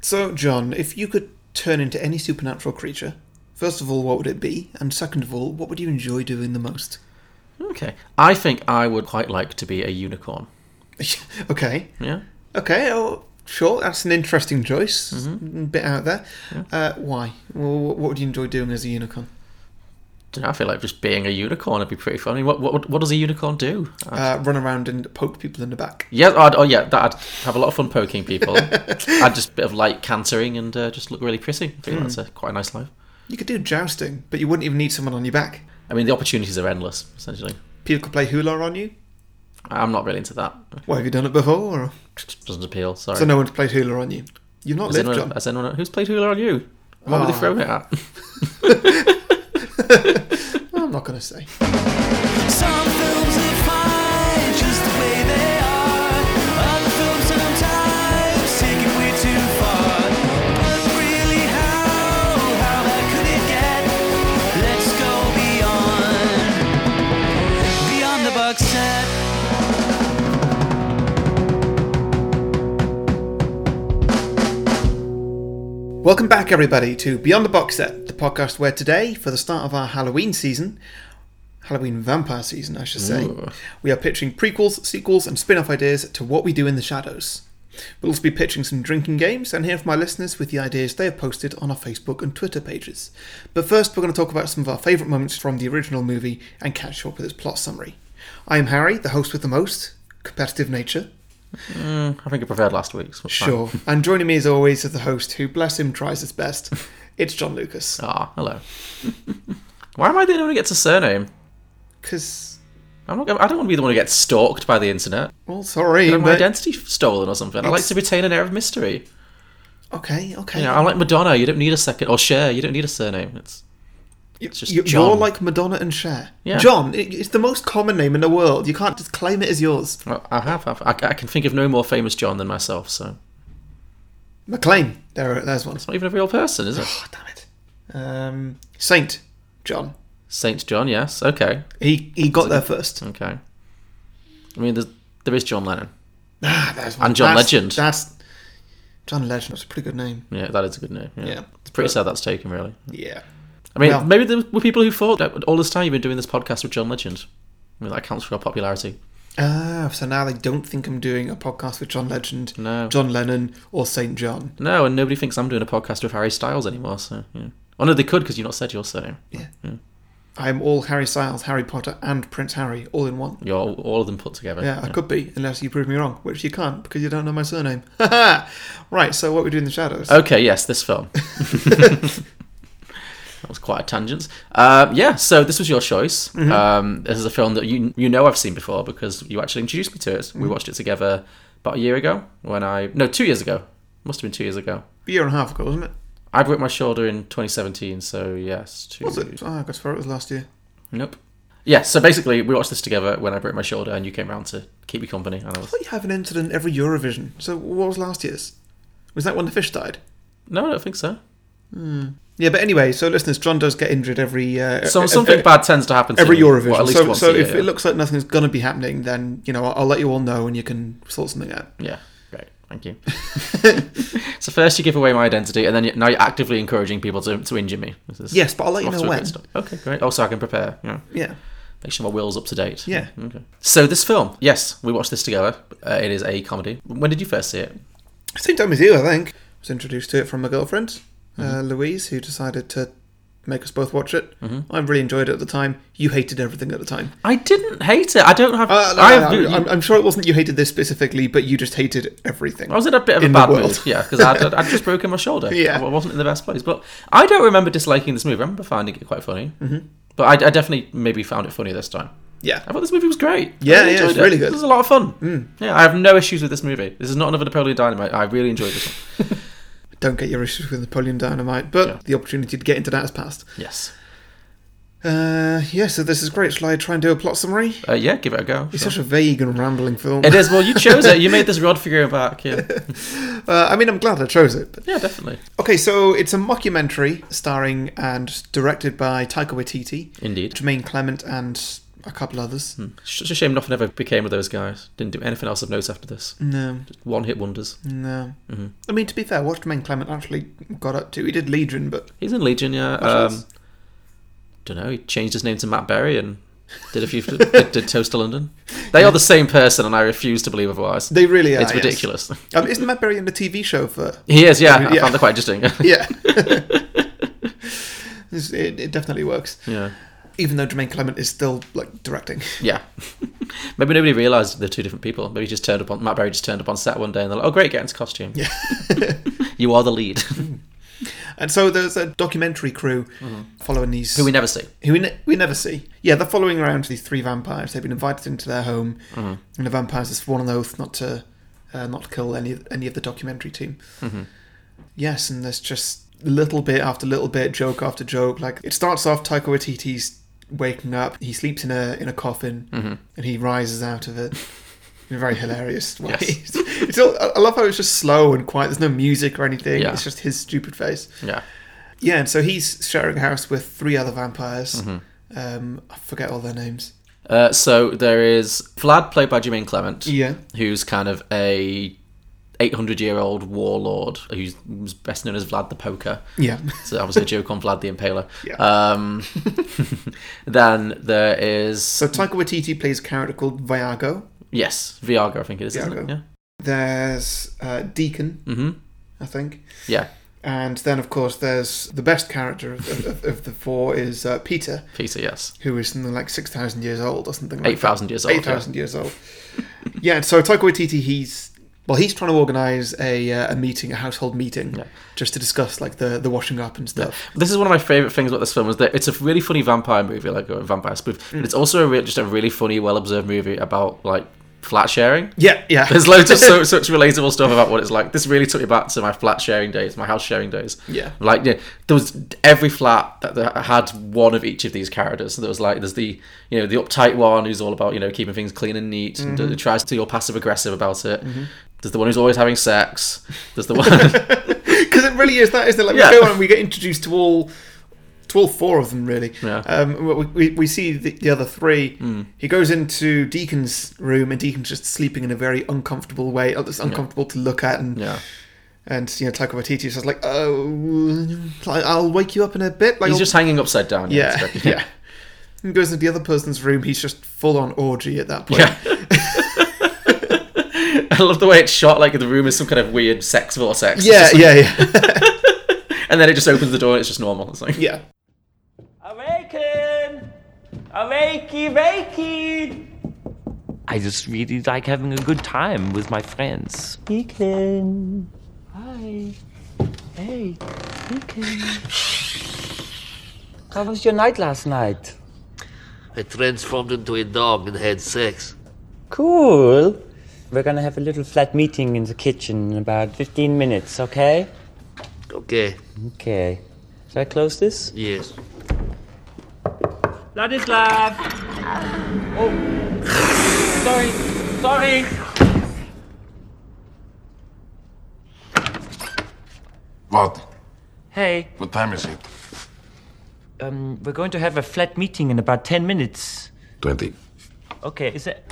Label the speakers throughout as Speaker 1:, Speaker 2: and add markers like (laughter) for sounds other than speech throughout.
Speaker 1: So, John, if you could turn into any supernatural creature, first of all, what would it be? And second of all, what would you enjoy doing the most? (laughs)
Speaker 2: Okay. I think I would quite like to be a unicorn.
Speaker 1: okay.
Speaker 2: Yeah.
Speaker 1: Okay, oh, sure, that's an interesting choice. Bit out there. Uh, why? Well, wh- what would you enjoy doing as a unicorn?
Speaker 2: Dunno, I feel like just being a unicorn would be pretty funny. What what what does a unicorn do? Uh,
Speaker 1: Uh, run around and poke people in the back.
Speaker 2: yeah, I'd, oh yeah, that I'd have a lot of fun poking
Speaker 1: (laughs)
Speaker 2: people. I'd just a bit of light cantering and uh, just look really pretty. I think that's
Speaker 1: Hmm.
Speaker 2: a, quite a nice life.
Speaker 1: You could do jousting, but you wouldn't even need someone on your back.
Speaker 2: I mean, the opportunities are endless. Essentially,
Speaker 1: People could play hula on you.
Speaker 2: I'm not really into that.
Speaker 1: Well, have you done it before?
Speaker 2: Doesn't appeal. Sorry.
Speaker 1: So no one's played hula on you. You've not
Speaker 2: Has
Speaker 1: lived,
Speaker 2: anyone,
Speaker 1: John.
Speaker 2: has anyone who's played Hula on you? What were
Speaker 1: Ah.
Speaker 2: they throwing it at?
Speaker 1: I'm not going to say.
Speaker 3: Some films are fine just the way they are. Other films sometimes take it way too far. But really, how how bad could it get? Let's go beyond beyond the box set.
Speaker 1: Welcome back, everybody, to Beyond the Box Set, the podcast where today, for the start of our Halloween season, Halloween vampire season, I should say,
Speaker 2: Ooh.
Speaker 1: we are pitching prequels, sequels, and spin off ideas to What We Do in the Shadows. We'll also be pitching some drinking games and hear from our listeners with the ideas they have posted on our Facebook and Twitter pages. But first, we're going to talk about some of our favourite moments from the original movie and catch up with its plot summary. I am Harry, the host with the most competitive nature.
Speaker 2: (laughs) I think I preferred last week's. What's that?
Speaker 1: Sure. and joining me as always is the host who, bless him, tries his best. It's John Lucas.
Speaker 2: Ah, hello. (laughs) Why am I the only one who gets a surname?
Speaker 1: Because,
Speaker 2: I'm not. gonna- I don't want to be the one who gets stalked by the internet.
Speaker 1: well, sorry,
Speaker 2: Get my
Speaker 1: but
Speaker 2: identity stolen or something. I like
Speaker 1: It's-
Speaker 2: to retain an air of mystery.
Speaker 1: okay, okay.
Speaker 2: You know, I'm like Madonna. You don't need a second or Cher. You don't need a surname. It's
Speaker 1: it's
Speaker 2: just
Speaker 1: you're
Speaker 2: John.
Speaker 1: like Madonna and Cher.
Speaker 2: Yeah.
Speaker 1: John, it, it's the most common name in the world. You can't just claim it as yours.
Speaker 2: I I have. I've, I, I can think of no more famous John than myself. So
Speaker 1: McLean. There, there's one.
Speaker 2: it's not even a real
Speaker 1: (sighs)
Speaker 2: person, is it?
Speaker 1: Oh, damn it. Um, Saint John.
Speaker 2: Saint John. Yes. Okay.
Speaker 1: He he got there first.
Speaker 2: Okay. I mean, there's, there is John Lennon.
Speaker 1: Ah, there's one.
Speaker 2: And John
Speaker 1: That's-
Speaker 2: Legend.
Speaker 1: That's John Legend. That's a pretty good name.
Speaker 2: Yeah, that is a good name. Yeah.
Speaker 1: Yeah.
Speaker 2: It's pretty sad that's taken, really.
Speaker 1: Yeah.
Speaker 2: I mean,
Speaker 1: Well-
Speaker 2: maybe there were people who thought that all this time you've been doing this podcast with John Legend. I mean, that counts for your popularity.
Speaker 1: Ah, so now they don't think I'm doing a podcast with John Legend,
Speaker 2: No.
Speaker 1: John Lennon, or Saint John.
Speaker 2: No, and nobody thinks I'm doing a podcast with Harry Styles anymore, so, yeah. Oh, no, they could because you've not said your surname.
Speaker 1: I'm all Harry Styles, Harry Potter, and Prince Harry all in one.
Speaker 2: You're all, all of them put together.
Speaker 1: Yeah, I could be, unless you prove me wrong, which you can't because you don't know my surname. (laughs) right, so what we do in the shadows?
Speaker 2: Okay, yes,
Speaker 1: (laughs)
Speaker 2: this film. (laughs) that was quite a tangent. Um, yeah, so this was your choice.
Speaker 1: Mm-hmm.
Speaker 2: Um, this is a film that you you know I've seen before because you actually introduced me to it.
Speaker 1: Mm-hmm.
Speaker 2: We watched it together about a year ago when I no two years ago must have been two years ago.
Speaker 1: A year and a half ago, wasn't it?
Speaker 2: I broke my shoulder in 2017, so yes, two.
Speaker 1: Was it? Oh, I guess for it was last year.
Speaker 2: Nope. Yeah, so basically we watched this together when I broke my shoulder and you came round to keep me company and I was
Speaker 1: But you have an incident every Eurovision. So what was last year's? Was that when the fish died?
Speaker 2: no, I don't think so.
Speaker 1: Yeah, but anyway, so listeners, John does get injured every uh,
Speaker 2: So
Speaker 1: e-
Speaker 2: something
Speaker 1: e-
Speaker 2: bad tends to happen to
Speaker 1: every
Speaker 2: me,
Speaker 1: Eurovision.
Speaker 2: well, at least
Speaker 1: so
Speaker 2: once
Speaker 1: so
Speaker 2: a year,
Speaker 1: if
Speaker 2: yeah.
Speaker 1: it looks like nothing's gonna be happening, then you know I'll, I'll let you all know and you can sort something out.
Speaker 2: Yeah, great. Thank you. (laughs) so first you give away my identity, and then you, now you're actively encouraging people to, to injure me. This is
Speaker 1: Yes, but I'll let you
Speaker 2: off
Speaker 1: know
Speaker 2: to a good
Speaker 1: when.
Speaker 2: start. Okay, great. Also, I can prepare. Yeah,
Speaker 1: Yeah.
Speaker 2: make sure my will's up to date.
Speaker 1: Yeah.
Speaker 2: Okay. So this film, yes, we watched this together. Uh, it is a comedy. When did you first see it?
Speaker 1: Same time as you, I think. I was introduced to it from my girlfriend, uh, Louise, who decided to make us both watch it. I really enjoyed it at the time. You hated everything at the time.
Speaker 2: I didn't hate it. I don't have.
Speaker 1: Uh, no,
Speaker 2: I,
Speaker 1: no,
Speaker 2: have-
Speaker 1: no, I'm, I'm sure it wasn't you hated this specifically, but you just hated everything.
Speaker 2: I was in a bit of
Speaker 1: in
Speaker 2: a
Speaker 1: the
Speaker 2: bad
Speaker 1: world.
Speaker 2: mood, yeah, because I'd, I'd just broken my shoulder.
Speaker 1: (laughs) Yeah.
Speaker 2: I wasn't in the best place. But I don't remember disliking this movie. I remember finding it quite funny. Mm-hmm. But I, I definitely maybe found it funny this time.
Speaker 1: yeah.
Speaker 2: I thought this movie was great.
Speaker 1: Yeah,
Speaker 2: I really
Speaker 1: yeah, it's
Speaker 2: enjoyed
Speaker 1: really good. Mm.
Speaker 2: This was a lot of fun. Yeah, I have no issues with this movie. This is not another Napoleon Dynamite. I really enjoyed this one.
Speaker 1: (laughs) Don't get your issues with Napoleon Dynamite, but
Speaker 2: Yeah.
Speaker 1: the opportunity to get into that has passed.
Speaker 2: yes.
Speaker 1: Uh, yeah, so this is great. Shall I try and do a plot summary?
Speaker 2: Uh, yeah, give it a go.
Speaker 1: It's
Speaker 2: Sure.
Speaker 1: such a vague and rambling film.
Speaker 2: (laughs) It is. Well, you chose it. You made this rod figure
Speaker 1: (laughs)
Speaker 2: back. Yeah,
Speaker 1: Uh, I mean, I'm glad I chose it. But...
Speaker 2: yeah, definitely.
Speaker 1: Okay, so it's a mockumentary starring and directed by Taika Waititi.
Speaker 2: Indeed.
Speaker 1: Jermaine Clement and a couple others.
Speaker 2: Hmm. Such a shame nothing ever became of those guys. Didn't do anything else of note after this.
Speaker 1: No,
Speaker 2: Just one hit wonders.
Speaker 1: no.
Speaker 2: Mhm.
Speaker 1: I mean, to be fair, what Jermaine Clement actually got up to? He did Legion, but
Speaker 2: He's in Legion, yeah.
Speaker 1: Much
Speaker 2: Um,
Speaker 1: else?
Speaker 2: don't know. He changed his name to Matt Berry and did a few (laughs) did, did Toast to London. They are the same person, and I refuse to believe otherwise.
Speaker 1: they really are.
Speaker 2: it's
Speaker 1: yes.
Speaker 2: ridiculous. (laughs)
Speaker 1: Um, isn't Matt Berry in the TV show for? (laughs)
Speaker 2: He is, yeah. I
Speaker 1: Yeah.
Speaker 2: found that quite interesting. (laughs)
Speaker 1: Yeah. (laughs) It's- it, it definitely works.
Speaker 2: yeah,
Speaker 1: Even though Jermaine Clement is still like directing.
Speaker 2: yeah. Maybe nobody realised they're two different people. Maybe he just turned up on Matt Berry just turned up on set one day and they're like, "Oh, great, get into costume.
Speaker 1: Yeah.
Speaker 2: (laughs) you are the lead." (laughs)
Speaker 1: And so there's a documentary crew following these
Speaker 2: Mm-hmm. Who we never see.
Speaker 1: who we, ne- we never see. Yeah, they're following around these three vampires. They've been invited into their home, and the vampires have sworn an oath not to uh, not kill any any of the documentary team. Yes, and there's just little bit after little bit, joke after joke. Like it starts off Taika Waititi's waking up. He sleeps in a in a coffin, and he rises out of it. In a very
Speaker 2: (laughs)
Speaker 1: hilarious way.
Speaker 2: Yes.
Speaker 1: (laughs) it's all, I I love how it's just slow and quiet. There's no music or anything.
Speaker 2: Yeah.
Speaker 1: It's just his stupid face.
Speaker 2: Yeah,
Speaker 1: Yeah, and so he's sharing a house with three other vampires.
Speaker 2: Mm-hmm.
Speaker 1: Um, I forget all their names.
Speaker 2: Uh, so there is Vlad, played by Jermaine Clement,
Speaker 1: Yeah.
Speaker 2: who's kind of a 800 year old warlord who's who's best known as Vlad the Poker.
Speaker 1: Yeah.
Speaker 2: So that was a joke on Vlad the Impaler.
Speaker 1: Yeah.
Speaker 2: Um, (laughs) then there is
Speaker 1: So Taika Waititi plays a character called Viago.
Speaker 2: yes, Viago, I think it is, isn't it?
Speaker 1: Viago. There's uh, Deacon,
Speaker 2: Yeah. hmm
Speaker 1: I think.
Speaker 2: Yeah,
Speaker 1: And then, of course, there's the best character of, of, of the four is uh, Peter,
Speaker 2: Peter. Yes,
Speaker 1: who is something like 6,000 years old or something like
Speaker 2: eight thousand years old. yeah.
Speaker 1: 8,000 years old. yeah, and so Taika Waititi, he's... Well, he's trying to organise a, uh, a meeting, a household meeting,
Speaker 2: Yeah.
Speaker 1: just to discuss like the, the washing up and
Speaker 2: Yeah.
Speaker 1: stuff.
Speaker 2: This is one of my favorite things about this film is that it's a really funny vampire movie, like a vampire spoof. But it's also a real, just a really funny, well-observed movie about like flat sharing.
Speaker 1: Yeah, yeah.
Speaker 2: There's loads
Speaker 1: (laughs)
Speaker 2: of so, such relatable stuff about what it's like. This really took me back to my flat sharing days, my house sharing days.
Speaker 1: Yeah.
Speaker 2: Like, yeah, there was every flat that, that had one of each of these characters. So there was like, there's the, you know, the uptight one who's all about, you know, keeping things clean and neat and
Speaker 1: Mm-hmm.
Speaker 2: d- tries to be all passive aggressive about it. There's the one who's always having sex. There's the
Speaker 1: (laughs)
Speaker 2: one,
Speaker 1: because it really is that isn't it like
Speaker 2: Yeah.
Speaker 1: we go on and we get introduced to all to all four of them really
Speaker 2: Yeah. Hmm.
Speaker 1: um, we, we, we see the, the other three he goes into deacon's room and deacon's just sleeping in a very uncomfortable way oh, it's uncomfortable to look at and
Speaker 2: yeah.
Speaker 1: and you know Taika Waititi is just like oh like, I'll wake you up in a bit like
Speaker 2: He's
Speaker 1: I'll-
Speaker 2: just hanging upside down.
Speaker 1: yeah
Speaker 2: it's very-
Speaker 1: yeah he goes into the other person's room he's just full on orgy at that point
Speaker 2: Yeah. (laughs) I love the way it's shot. Like the room is some kind of weird sex vortex.
Speaker 1: yeah
Speaker 2: It's (laughs) just like-
Speaker 1: yeah yeah (laughs)
Speaker 2: And then it just opens the door. and It's just normal. It's like
Speaker 1: yeah
Speaker 4: Awaken! Awakey, wakey!
Speaker 5: I just really like having a good time with my friends.
Speaker 4: Deacon. Hi. Hey, Deacon. (laughs) How was your night last night?
Speaker 6: I transformed into a dog and had sex.
Speaker 4: Cool. We're gonna have a little flat meeting in the kitchen in about 15 minutes, okay?
Speaker 6: Okay,
Speaker 4: Okay. Shall I close this?
Speaker 6: yes.
Speaker 4: Ladislav! Oh. Sorry. Sorry.
Speaker 7: What?
Speaker 5: Hey,
Speaker 7: What time is it?
Speaker 5: um, we're going to have a flat meeting in about 10 minutes.
Speaker 7: 20.
Speaker 5: Okay, is it?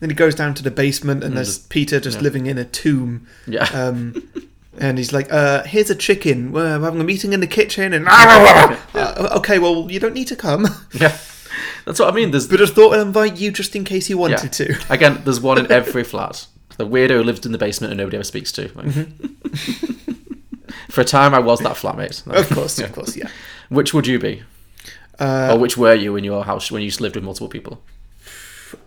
Speaker 1: then he goes down to the basement and there's Peter just living in a tomb
Speaker 2: yeah.
Speaker 1: Um, and he's like, uh, "Here's a chicken. We're we're having a meeting in the kitchen."
Speaker 2: (laughs)
Speaker 1: And Uh, okay, well, you don't need to come, (laughs)
Speaker 2: Yeah, that's what I mean. There's
Speaker 1: but I thought I'd invite you just in case you
Speaker 2: yeah.
Speaker 1: wanted to.
Speaker 2: again. There's one in every flat. The weirdo who lives in the basement and nobody ever speaks to. Like- For a time, I was that flatmate.
Speaker 1: (laughs) Mm-hmm. Of course, Uh, of course, yeah.
Speaker 2: Which would you be? or which were you in your house when you just lived with multiple people?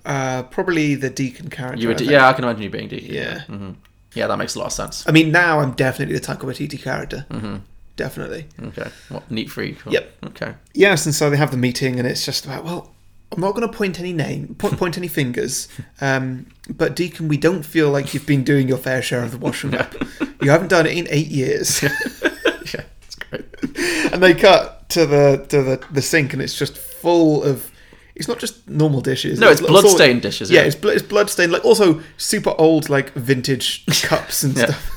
Speaker 1: Uh, probably the deacon character.
Speaker 2: You were,
Speaker 1: I
Speaker 2: de-
Speaker 1: think.
Speaker 2: yeah, Mm-hmm. I can imagine you being deacon.
Speaker 1: Uh, yeah. Uh,
Speaker 2: yeah, that makes a lot of sense.
Speaker 1: I mean, now I'm definitely the Taika Waititi character.
Speaker 2: Mm-hmm.
Speaker 1: Definitely.
Speaker 2: Okay, what neat freak?
Speaker 1: Yep.
Speaker 2: Okay.
Speaker 1: Yes, and so they have the meeting, and it's just about well. I'm not going to point any name, point, point any
Speaker 2: (laughs)
Speaker 1: fingers, um, but Deacon, we don't feel like you've been doing your fair share of the washing up. You haven't done it in eight years.
Speaker 2: (laughs) Yeah, that's great.
Speaker 1: and they cut to the to the, the sink, and it's just full of. It's not just normal dishes.
Speaker 2: No, it's
Speaker 1: lo- all-
Speaker 2: bloodstained dishes,
Speaker 1: Yeah,
Speaker 2: yeah.
Speaker 1: it's blo- it's bloodstained. Like also super old, like vintage
Speaker 2: (laughs)
Speaker 1: cups and stuff. (laughs)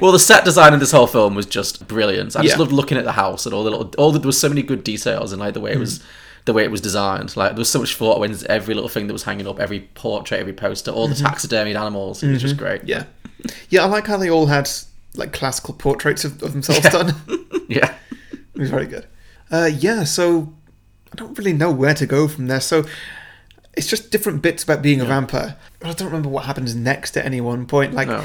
Speaker 2: Well, the set design in this whole film was just brilliant. I just
Speaker 1: Yeah. Hmm.
Speaker 2: loved looking at the house and all the little, all the, there was so many good details and like the way it was the way it was designed. Like there was so much thought went into every little thing that was hanging up, every portrait, every poster, all the taxidermied animals. It was just great.
Speaker 1: Mm-hmm. Yeah. Yeah, I like how they all had like classical portraits of, of themselves done.
Speaker 2: (laughs) yeah.
Speaker 1: It was very good. Uh, yeah, so I don't really know where to go from there. So it's just different bits about being a vampire. I don't remember what happens next at any one point. Like
Speaker 2: No.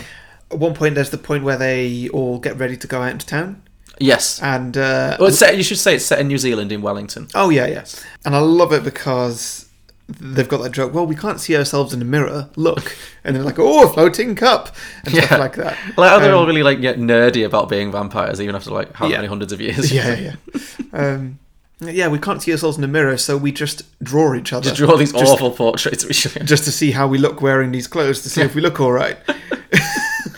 Speaker 1: at one point, there's the point where they all get ready to go out into town,
Speaker 2: Yes.
Speaker 1: and uh,
Speaker 2: well, it's set, you should say it's set in New Zealand in Wellington.
Speaker 1: oh yeah, yeah, and I love it because they've got that joke. Well, we can't see ourselves in a mirror. Look, and they're like, oh, a floating cup, and stuff like that.
Speaker 2: Like how they're
Speaker 1: Um,
Speaker 2: all really like get nerdy about being vampires, even after like how
Speaker 1: Yeah.
Speaker 2: many hundreds of years.
Speaker 1: yeah, yeah. yeah. um, yeah, we can't see ourselves in a mirror, so we just draw each other.
Speaker 2: (laughs) Just draw these awful portraits. Which (laughs)
Speaker 1: just to see how we look wearing these clothes to see if we look all right.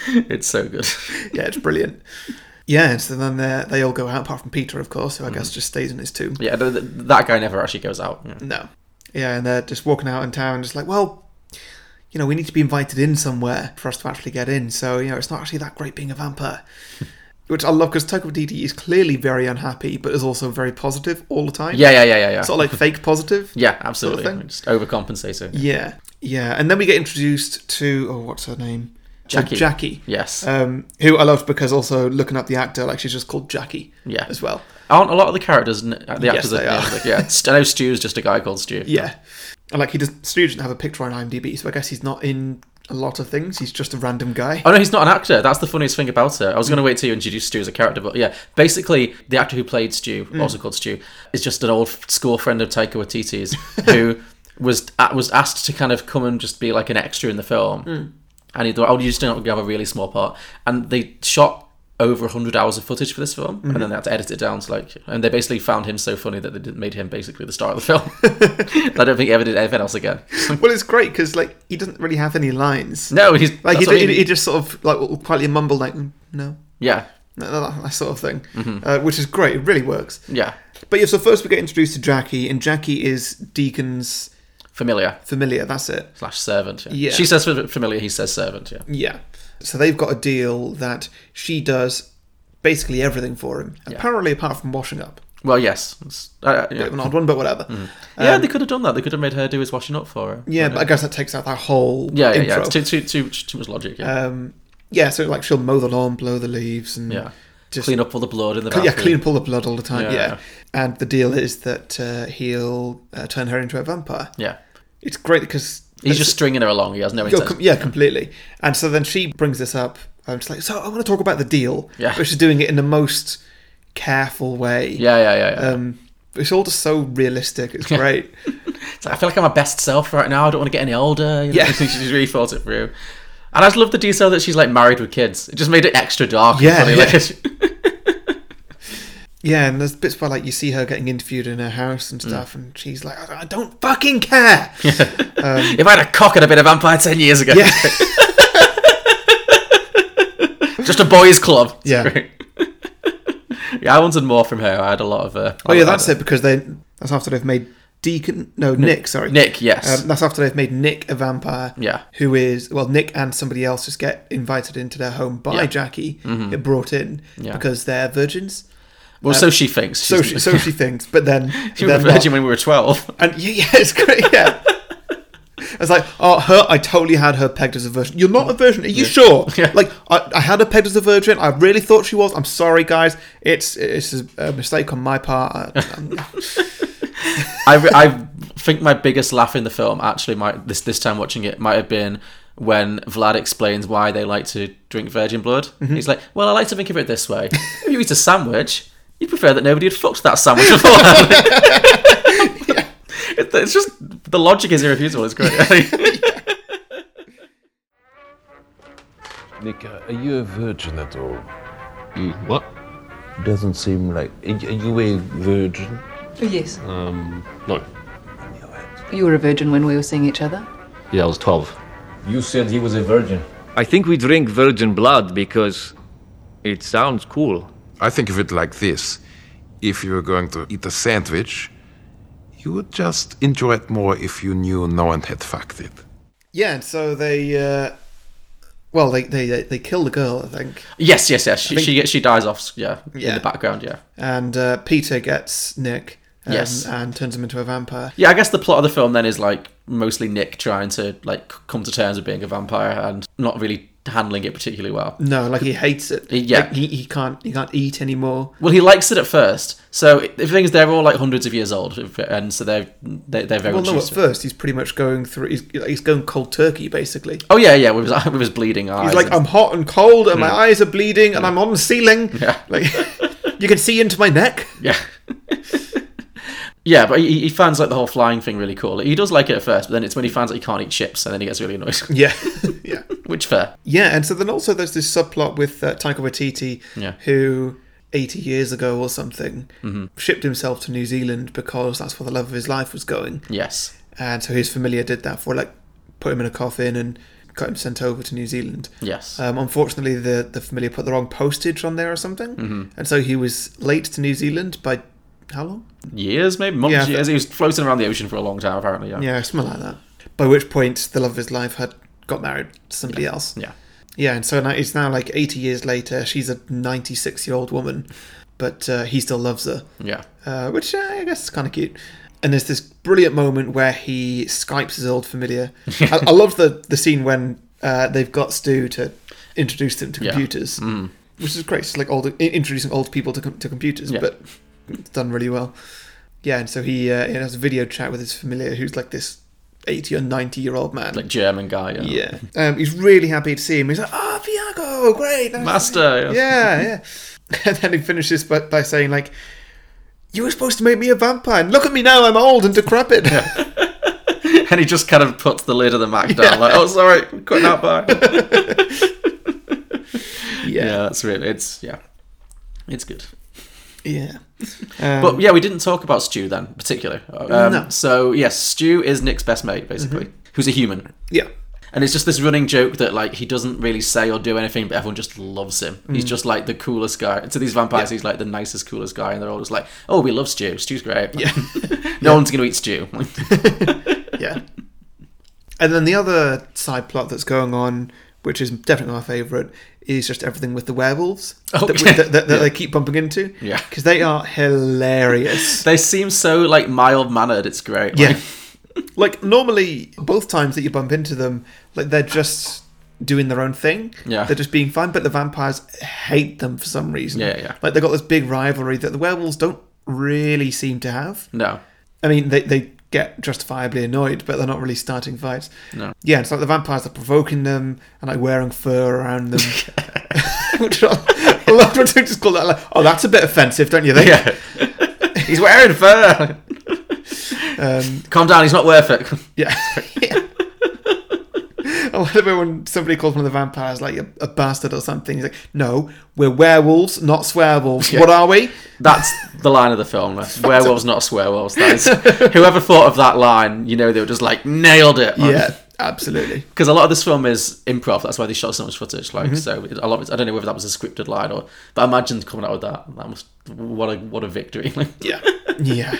Speaker 2: it's
Speaker 1: (laughs)
Speaker 2: so good.
Speaker 1: Yeah, it's brilliant. Yeah, so then they they all go out, apart from Peter, of course, who I guess just stays in his tomb.
Speaker 2: Mm. Yeah, th- th- that guy never actually goes out. Yeah.
Speaker 1: No, yeah, and they're just walking out in town, just like, well, you know, we need to be invited in somewhere for us to actually get in. So you know, it's not actually that great being a
Speaker 2: (laughs)
Speaker 1: vampire. Which I love because Taika Waititi is clearly very unhappy, but is also very positive all the time.
Speaker 2: Yeah, yeah, yeah, yeah, yeah.
Speaker 1: sort of like fake positive.
Speaker 2: (laughs) yeah, absolutely.
Speaker 1: thing.
Speaker 2: Just overcompensating.
Speaker 1: yeah, yeah. And then we get introduced to oh, what's her name? To
Speaker 2: Jackie.
Speaker 1: Jackie.
Speaker 2: Yes.
Speaker 1: um, who I loved because also looking up the actor, like she's just called Jackie,
Speaker 2: Yeah.
Speaker 1: as well.
Speaker 2: Aren't a lot of the characters, n- uh, the actors,
Speaker 1: they
Speaker 2: are,
Speaker 1: are. (laughs)
Speaker 2: Like, yeah. St- I know Stu's just a guy called Stu.
Speaker 1: Yeah, and like he does. Stu doesn't have a picture on IMDb, so I guess he's not in a lot of things. He's just a random guy.
Speaker 2: Oh no, he's not an actor. That's the funniest thing about it. I was going to wait till you introduce Stu as a character, but yeah, basically the actor who played Stu,
Speaker 1: Mm.
Speaker 2: also called Stu, is just an old f- school friend of Taika Waititi's (laughs) who was a was asked to kind of come and just be like an extra in the film.
Speaker 1: Mm.
Speaker 2: And he thought, "Oh, you just don't have a really small part." And they shot over 100 hours of footage for this film, and then they had to edit it down to like. And they basically found him so funny that they did- made him basically the star of the film.
Speaker 1: (laughs)
Speaker 2: I don't think he ever did anything else again.
Speaker 1: Well, it's great because like he doesn't really have any lines.
Speaker 2: Um, No, he's
Speaker 1: like he,
Speaker 2: that's what I
Speaker 1: he,
Speaker 2: mean.
Speaker 1: he just sort of like will quietly mumble like "Mm, no.
Speaker 2: yeah,
Speaker 1: No, no, no, that sort of thing,
Speaker 2: Mm-hmm.
Speaker 1: uh, which is great. It really works.
Speaker 2: yeah,
Speaker 1: But yeah, so first we get introduced to Jackie, and Jackie is Deacon's
Speaker 2: familiar.
Speaker 1: familiar. That's it.
Speaker 2: slash servant. Yeah.
Speaker 1: Yeah.
Speaker 2: She says fa- familiar. He says servant. Yeah.
Speaker 1: Yeah. So they've got a deal that she does basically everything for him. Apparently, apart from washing up.
Speaker 2: Well, yes. It's- uh, yeah. Mm.
Speaker 1: Bit of an odd one, but whatever. Um,
Speaker 2: Yeah, they could have done that. They could have made her do his washing up for her.
Speaker 1: Yeah, but I guess that takes out that whole
Speaker 2: Yeah, yeah,
Speaker 1: intro.
Speaker 2: yeah. It's too, too, too, too much logic. Yeah.
Speaker 1: Um, yeah, so like she'll mow the lawn, blow the leaves, and
Speaker 2: yeah.
Speaker 1: just
Speaker 2: clean up all the blood in the
Speaker 1: cl-
Speaker 2: bathroom.
Speaker 1: yeah, clean up all the blood all the time. Yeah.
Speaker 2: Yeah.
Speaker 1: And the deal is that uh, he'll uh, turn her into a vampire.
Speaker 2: Yeah.
Speaker 1: It's great because
Speaker 2: He's just stringing her along. He has no
Speaker 1: Yeah,
Speaker 2: intention.
Speaker 1: com- yeah, completely. And so then she brings this up. I'm just like, so I want to talk about the deal.
Speaker 2: Yeah.
Speaker 1: But she's doing it in the most careful way.
Speaker 2: yeah, yeah, yeah. yeah.
Speaker 1: Um, it's all just so realistic. It's great.
Speaker 2: It's like, I feel like I'm my best self right now. I don't want to get any older. You know,
Speaker 1: Yeah.
Speaker 2: (laughs) I think she's really thought it through. And I just love the detail that she's like married with kids. It just made it extra dark. and
Speaker 1: Yeah,
Speaker 2: funny, like-
Speaker 1: yeah, and there's bits where like you see her getting interviewed in her house
Speaker 2: Mm.
Speaker 1: and stuff, and she's like, I I don't fucking care.
Speaker 2: if I had a cock and a bit of vampire ten years ago,
Speaker 1: Yeah.
Speaker 2: (laughs) just a boys' club. It's
Speaker 1: Yeah.
Speaker 2: great. (laughs) yeah, I wanted more from her. I had a lot of. Uh,
Speaker 1: oh yeah, that's it because they that's after they've made Deacon no Nick sorry
Speaker 2: Nick, yes.
Speaker 1: Um, that's after they've made Nick a vampire.
Speaker 2: Yeah.
Speaker 1: Who is well Nick and somebody else just get invited into their home by
Speaker 2: Yeah. Mm-hmm.
Speaker 1: Jackie, get brought in
Speaker 2: Yeah.
Speaker 1: because they're virgins. Uh,
Speaker 2: well, so she thinks.
Speaker 1: So
Speaker 2: She's-
Speaker 1: she, so she thinks, but then
Speaker 2: (laughs) she was
Speaker 1: then
Speaker 2: a virgin
Speaker 1: what?
Speaker 2: when we were twelve.
Speaker 1: and yeah, (laughs) yeah, it's great.
Speaker 2: (laughs)
Speaker 1: Yeah, it's like oh, her. I totally had her pegged as a virgin. You're not a virgin, are you sure?
Speaker 2: (laughs) Yeah.
Speaker 1: Like I, I had her pegged as a virgin. I really thought she was. I'm sorry, guys. It's it's a, a mistake on my part.
Speaker 2: (laughs)
Speaker 1: Um, I, I'm-
Speaker 2: I, re- I think my biggest laugh in the film actually might this this time watching it might have been when Vlad explains why they like to drink virgin blood. He's like, "Well, I like to think of it this way: if you eat a sandwich, you prefer that nobody had fucked that sandwich beforehand." It- It's just the logic is irrefutable. It's great.
Speaker 7: Nick, uh, are you a virgin at all?
Speaker 6: What?
Speaker 7: Doesn't seem like. Are y- are you a virgin?
Speaker 8: Oh, yes.
Speaker 6: No.
Speaker 8: You were a virgin when we were seeing
Speaker 9: (laughs)
Speaker 8: each other.
Speaker 6: Yeah, I was 12.
Speaker 7: You said he was a virgin.
Speaker 10: I think we drink virgin blood because it sounds cool.
Speaker 11: I think of it like this if you were going to eat a sandwich, you would just enjoy it more if you knew no one had fucked it.
Speaker 1: yeah, and so they. Uh, well, they, they they they kill the girl, I think,
Speaker 2: yes, yes, yes. She, she she dies off. Yeah,
Speaker 1: Yeah.
Speaker 2: in the background. Yeah,
Speaker 1: and uh, Peter gets Nick, um,
Speaker 2: Yes.
Speaker 1: and turns him into a vampire.
Speaker 2: Yeah, I guess the plot of the film then is like mostly Nick trying to like c- come to terms with being a vampire and not really handling it particularly well.
Speaker 1: No, like he hates it.
Speaker 2: Yeah.
Speaker 1: Like, he, he can't he can't eat anymore.
Speaker 2: Well, he likes it at first. So the thing is, they're all like hundreds of years old, and so they're they're, they're very
Speaker 1: Well, no, at
Speaker 2: used to it.
Speaker 1: first he's pretty much going through. He's, he's going cold turkey basically.
Speaker 2: Oh yeah, yeah, with his, (laughs) with his bleeding eyes.
Speaker 1: He's like, um,
Speaker 2: and-
Speaker 1: I'm hot and cold, and my eyes are bleeding, and I'm on the ceiling.
Speaker 2: Yeah.
Speaker 1: (laughs) Like, you can see into my
Speaker 2: (laughs)
Speaker 1: neck.
Speaker 2: (laughs) Yeah. yeah, but he, he finds like the whole flying thing really cool. He does like it at first, but then it's when he finds out he can't eat chips, and then he gets really annoyed. (laughs)
Speaker 1: Yeah, yeah,
Speaker 2: Which fair.
Speaker 1: yeah. And so then also there's this subplot with uh, Taika Waititi,
Speaker 2: Yeah. Mm-hmm.
Speaker 1: who 80 years ago or something shipped himself to New Zealand because that's where the love of his life was going,
Speaker 2: Yes.
Speaker 1: and so his familiar did that for like put him in a coffin and got him sent over to New Zealand.
Speaker 2: Yes.
Speaker 1: Um, unfortunately, the the familiar put the wrong postage on there or something,
Speaker 2: Mm-hmm.
Speaker 1: and so he was late to New Zealand by how long?
Speaker 2: years, maybe months,
Speaker 1: yeah,
Speaker 2: years. He was floating around the ocean for a long time, apparently. Yeah.
Speaker 1: Yeah, something like that. By which point, the love of his life had got married to somebody else.
Speaker 2: Yeah.
Speaker 1: Yeah, and so now it's now like 80 years later. She's a 96 year old woman, but uh, he still loves her,
Speaker 2: Yeah.
Speaker 1: uh, which uh, I guess is kind of cute. And there's this brilliant moment where he Skypes his old familiar. I, I love the, the scene when uh, they've got Stu to introduce them to
Speaker 2: Yeah. Mm.
Speaker 1: computers, which is great. It's like old, i- introducing old people to, com- to computers,
Speaker 2: Yeah.
Speaker 1: but it's done really well. Yeah, and so he, uh, he has a video chat with his familiar, who's like this 80 or 90 year old man.
Speaker 2: Like oh. German guy.
Speaker 1: Yeah.
Speaker 2: Yeah.
Speaker 1: Um, he's really happy to see him. He's like, ah, Viago, great. nice to
Speaker 2: Master. (laughs)
Speaker 1: see you." Yeah, yeah. (laughs) And then he finishes by, by saying, like, you were supposed to make me a vampire. And look at me now, I'm old and decrepit.
Speaker 2: And he just kind of puts the lid of the Mac down, like, oh, sorry, I'm cutting out
Speaker 1: (laughs)
Speaker 2: by. yeah. that's really, it's, yeah. It's good.
Speaker 1: (laughs) yeah.
Speaker 2: (laughs) But yeah, we didn't talk about Stu then, particularly. Um,
Speaker 1: Um, No. Mm-hmm.
Speaker 2: So, yes, Stu is Nick's best mate, basically, who's a human.
Speaker 1: Yeah.
Speaker 2: And it's just this running joke that like he doesn't really say or do anything, but everyone just loves him. He's
Speaker 1: Mm.
Speaker 2: just like the coolest guy. To these vampires, he's like the nicest, coolest guy, and they're all just like, "Oh, we love Stew. Stew's great. Yeah, (laughs) no one's gonna eat Stew."
Speaker 1: (laughs) Yeah. and then the other side plot that's going on, which is definitely my favourite, is just everything with the
Speaker 2: (laughs)
Speaker 1: werewolves
Speaker 2: Oh,
Speaker 1: that, we-
Speaker 2: yeah.
Speaker 1: that, that, that
Speaker 2: Yeah.
Speaker 1: they keep bumping into.
Speaker 2: Yeah.
Speaker 1: Because they are hilarious.
Speaker 2: they seem so like mild mannered. It's great.
Speaker 1: Yeah.
Speaker 2: Like,
Speaker 1: like (laughs) normally both times that you bump into them, like they're just doing their own thing.
Speaker 2: Yeah.
Speaker 1: They're just being fine, but the vampires hate them for some reason.
Speaker 2: Yeah, yeah.
Speaker 1: Like they've got this big rivalry that the werewolves don't really seem to have.
Speaker 2: no.
Speaker 1: I mean they they get justifiably annoyed, but they're not really starting fights.
Speaker 2: No.
Speaker 1: Yeah, it's like the vampires are provoking them and like wearing fur around
Speaker 2: (laughs)
Speaker 1: them. (laughs) Which I I love when they just call that like, oh that's a bit offensive, don't you think?
Speaker 2: Yeah. (laughs) he's wearing fur.
Speaker 1: Um,
Speaker 2: Calm down. He's not worth it.
Speaker 1: Yeah. yeah. (laughs) I wonder when somebody calls one of the vampires like a, a bastard or something. He's like, "No, we're werewolves, not swearwolves. What are we?"
Speaker 2: That's the line of the film. Werewolves, not swearwolves. That is, whoever thought of that line, you know, they were just like nailed it. Like,
Speaker 1: Yeah, absolutely.
Speaker 2: because a lot of this film is improv. That's why they shot so much footage. Like so, it- a lot. Of it, I don't know whether that was a scripted line or, but I imagine coming out with that. That must what a what a victory. (laughs) Like,
Speaker 1: Yeah, yeah.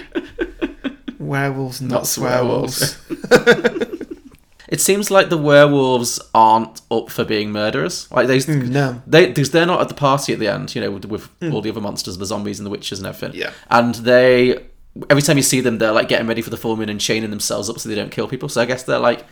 Speaker 1: Werewolves, not,
Speaker 2: Not
Speaker 1: swearwolves.
Speaker 2: swearwolves.
Speaker 1: (laughs)
Speaker 2: it seems like the werewolves aren't up for being murderers. Like they,
Speaker 1: Hmm, no. Hmm.
Speaker 2: they because they're not at the party at the end. You know, with, with all the other monsters, the zombies and the witches and everything.
Speaker 1: Yeah.
Speaker 2: and they. Every time you see them, they're like getting ready for the full moon and chaining themselves up so they don't kill people. So I guess they're like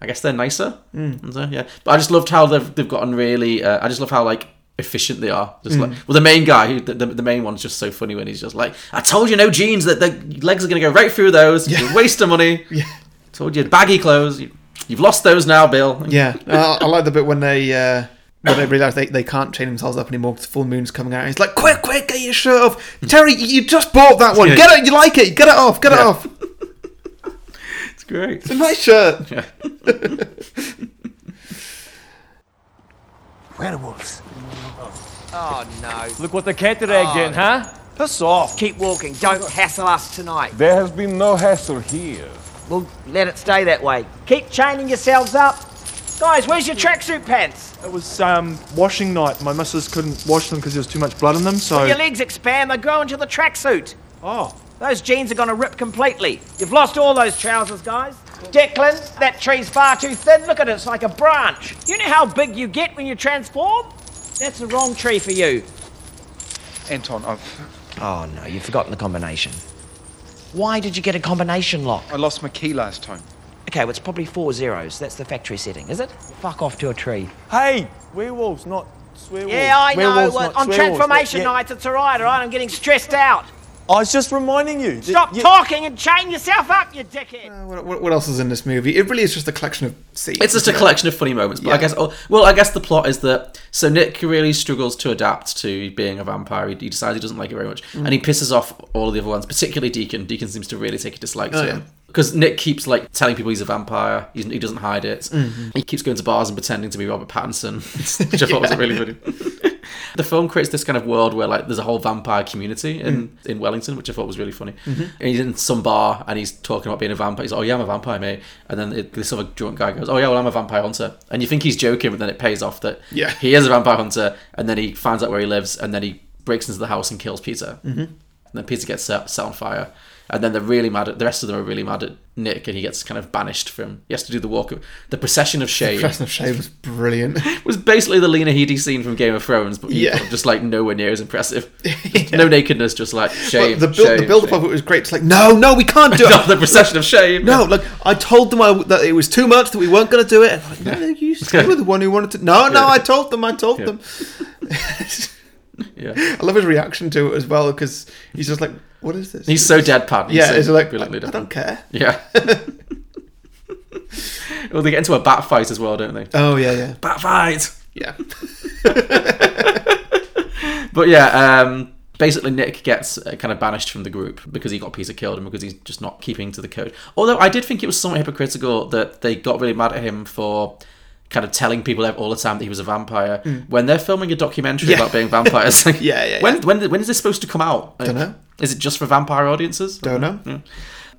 Speaker 2: I guess they're nicer. And so, yeah, but I just loved how they've they've gotten really. Uh, I just love how like efficient they are. Just like well, the main guy, who, the, the the main one's just so funny when he's just like, "I told you no jeans that the legs are gonna go right through those. You're a waste of money. Yeah. Told you baggy clothes. You, you've lost those now, Bill.
Speaker 1: Yeah, I, I like the bit when they uh, when they realise they, they can't chain themselves up anymore because the full moon's coming out. He's like, "Quick, quick, get your shirt off, Terry. You just bought that one.
Speaker 2: Yeah.
Speaker 1: Get it. You like it? Get it off. Get it
Speaker 2: Yeah.
Speaker 1: off.
Speaker 2: it's great.
Speaker 1: Nice shirt."
Speaker 2: Yeah.
Speaker 4: Werewolves.
Speaker 3: Oh no.
Speaker 5: Look what the cat dragged in, huh?
Speaker 4: Piss off.
Speaker 3: Oh. Keep walking. Don't hassle us tonight.
Speaker 7: There has been no hassle here.
Speaker 3: We'll let it stay that way. Keep chaining yourselves up. Guys, where's your tracksuit pants?
Speaker 12: It was um, washing night. My missus couldn't wash them because there was too much blood in them, so.
Speaker 3: Your legs expand, they go into the tracksuit.
Speaker 12: Oh,
Speaker 3: Those jeans are gonna rip completely. You've lost all those trousers, guys. Declan, that tree's far too thin. Look at it, it's like a branch. You know how big you get when you transform? That's the wrong tree for you.
Speaker 12: Anton, I've.
Speaker 3: Oh no, you've forgotten the combination.
Speaker 13: Why did you get a combination lock?
Speaker 14: I lost my key last time.
Speaker 13: Okay, well, it's probably four zeros. That's the factory setting, is it? Fuck off to a tree.
Speaker 14: Hey, werewolves, not swearwolves.
Speaker 13: Yeah, I know. well, on transformation nights, it's all right, all right? I'm getting stressed out.
Speaker 14: I was just reminding you. that
Speaker 13: Stop
Speaker 14: you-
Speaker 13: talking and chain yourself up, you dickhead.
Speaker 1: What, what, what else is in this movie? It really is just a collection of scenes.
Speaker 2: It's just a
Speaker 1: isn't it?
Speaker 2: collection of funny moments, but I
Speaker 1: Yeah.
Speaker 2: guess oh, well, I guess the plot is that so Nick really struggles to adapt to being a vampire. He, he decides he doesn't like it very much,
Speaker 1: Mm.
Speaker 2: and he pisses off all of the other ones, particularly Deacon. Deacon seems to really take a dislike
Speaker 1: Oh,
Speaker 2: to
Speaker 1: yeah.
Speaker 2: him because Nick keeps like telling people he's a vampire. He's, he doesn't hide it.
Speaker 1: Mhm.
Speaker 2: He keeps going to bars and pretending to be Robert Pattinson, (laughs) which I thought was
Speaker 1: Yeah.
Speaker 2: really funny. (laughs) the film creates this kind of world where like there's a whole vampire community in, in Wellington, which I thought was really funny.
Speaker 1: Mhm.
Speaker 2: And he's in some bar and he's talking about being a vampire. He's like, "Oh yeah, I'm a vampire, mate." And then it, this other drunk guy goes, "Oh yeah, well I'm a vampire hunter." And you think he's joking, but then it pays off that
Speaker 1: Yeah.
Speaker 2: he is a vampire hunter. And then he finds out where he lives, and then he breaks into the house and kills Peter.
Speaker 1: Mhm.
Speaker 2: And then Peter gets set, set on fire. And then they're really mad at the rest of them are really mad at Nick, and he gets kind of banished from. He has to do the walk of the procession of shame.
Speaker 1: Crescent of Shade was brilliant.
Speaker 2: (laughs) was basically the Lena Headey scene from Game of Thrones, but
Speaker 1: Yeah.
Speaker 2: yeah. just like nowhere near
Speaker 1: (laughs)
Speaker 2: as impressive. Just No nakedness, just like shame.
Speaker 1: But the build, the
Speaker 2: shame,
Speaker 1: build up
Speaker 2: shame.
Speaker 1: of (laughs) it was great. It's like, no, no, we can't do
Speaker 2: Not
Speaker 1: it.
Speaker 2: (laughs) the procession of
Speaker 1: (laughs)
Speaker 2: shame.
Speaker 1: No, like I told them I, that it was too much that we weren't going to do it. And I'm like, no, you, you were the one who wanted to. No, no, I told them. I told
Speaker 2: Yeah.
Speaker 1: them. (laughs)
Speaker 2: Yeah.
Speaker 1: I love his reaction to it as well because he's just like, what is this?
Speaker 2: He's so deadpan. He's
Speaker 1: yeah,
Speaker 2: so
Speaker 1: it's like I, I
Speaker 2: brilliantly deadpan.
Speaker 1: don't care. (laughs)
Speaker 2: Yeah. well, they get into a bat fight as well, don't they?
Speaker 1: Oh yeah, yeah.
Speaker 2: Bat fight.
Speaker 1: Yeah.
Speaker 2: But yeah, um, basically Nick gets uh, kind of banished from the group because he got Peter killed and because he's just not keeping to the code. Although I did think it was somewhat hypocritical that they got really mad at him for kind of telling people all the time that he was a vampire
Speaker 1: Mm.
Speaker 2: when they're filming a documentary
Speaker 1: Yeah.
Speaker 2: about being vampires.
Speaker 1: (laughs)
Speaker 2: Like,
Speaker 1: Yeah, yeah,
Speaker 2: When when when is this supposed to come out? Like,
Speaker 1: Dunno.
Speaker 2: Is it just for vampire audiences?
Speaker 1: Don't know.
Speaker 2: Yeah.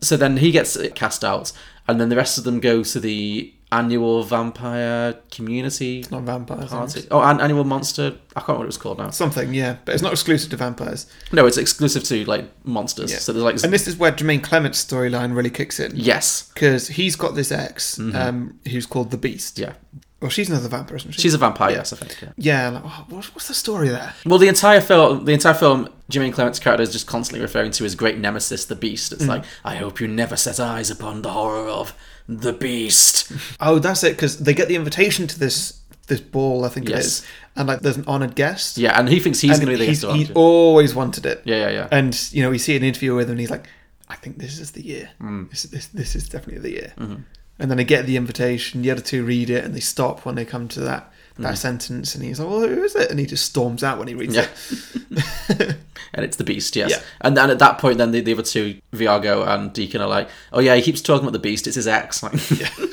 Speaker 2: So then he gets uh, cast out, and then the rest of them go to the annual vampire community
Speaker 1: Not vampires.
Speaker 2: party. Oh, an- annual monster. I can't remember what it was called now.
Speaker 1: Something, yeah, but it's not exclusive to vampires.
Speaker 2: No, it's exclusive to like monsters.
Speaker 1: Yeah.
Speaker 2: So there's like
Speaker 1: and this is where Jermaine Clement's storyline really kicks in.
Speaker 2: Yes.
Speaker 1: because he's got this ex
Speaker 2: Mhm.
Speaker 1: um, who's called the Beast.
Speaker 2: Yeah.
Speaker 1: Well, she's another vampire, isn't she?
Speaker 2: she's a vampire.
Speaker 1: Yeah.
Speaker 2: Yes, I think. Yeah.
Speaker 1: Yeah, like, oh, what's, what's the story there?
Speaker 2: Well, the entire film, the entire film, Jimmy Clement's character is just constantly referring to his great nemesis, the Beast. It's
Speaker 1: Mm.
Speaker 2: like, I hope you never set eyes upon the horror of the Beast.
Speaker 1: Oh, that's it. Because they get the invitation to this this ball, I think it
Speaker 2: Yes.
Speaker 1: is, and like there's an honored guest.
Speaker 2: Yeah, and he thinks he's
Speaker 1: And
Speaker 2: going to be the
Speaker 1: he's-
Speaker 2: guest. of honor.
Speaker 1: He always wanted it.
Speaker 2: Yeah, yeah, yeah.
Speaker 1: And you know, we see an interview with him, and he's like, "I think this is the year.
Speaker 2: Mm.
Speaker 1: This, this this is definitely the year."
Speaker 2: Mhm.
Speaker 1: And then they get the invitation. The other two read it, and they stop when they come to that that
Speaker 2: Mhm.
Speaker 1: sentence. And he's like, "Well, who is it?" And he just storms out when he reads
Speaker 2: Yeah.
Speaker 1: it. (laughs)
Speaker 2: and it's the beast, yes.
Speaker 1: Yeah.
Speaker 2: And then at that point, then the, the other two, Viago and Deacon, are like, "Oh yeah, he keeps talking about the beast. It's his ex." (laughs)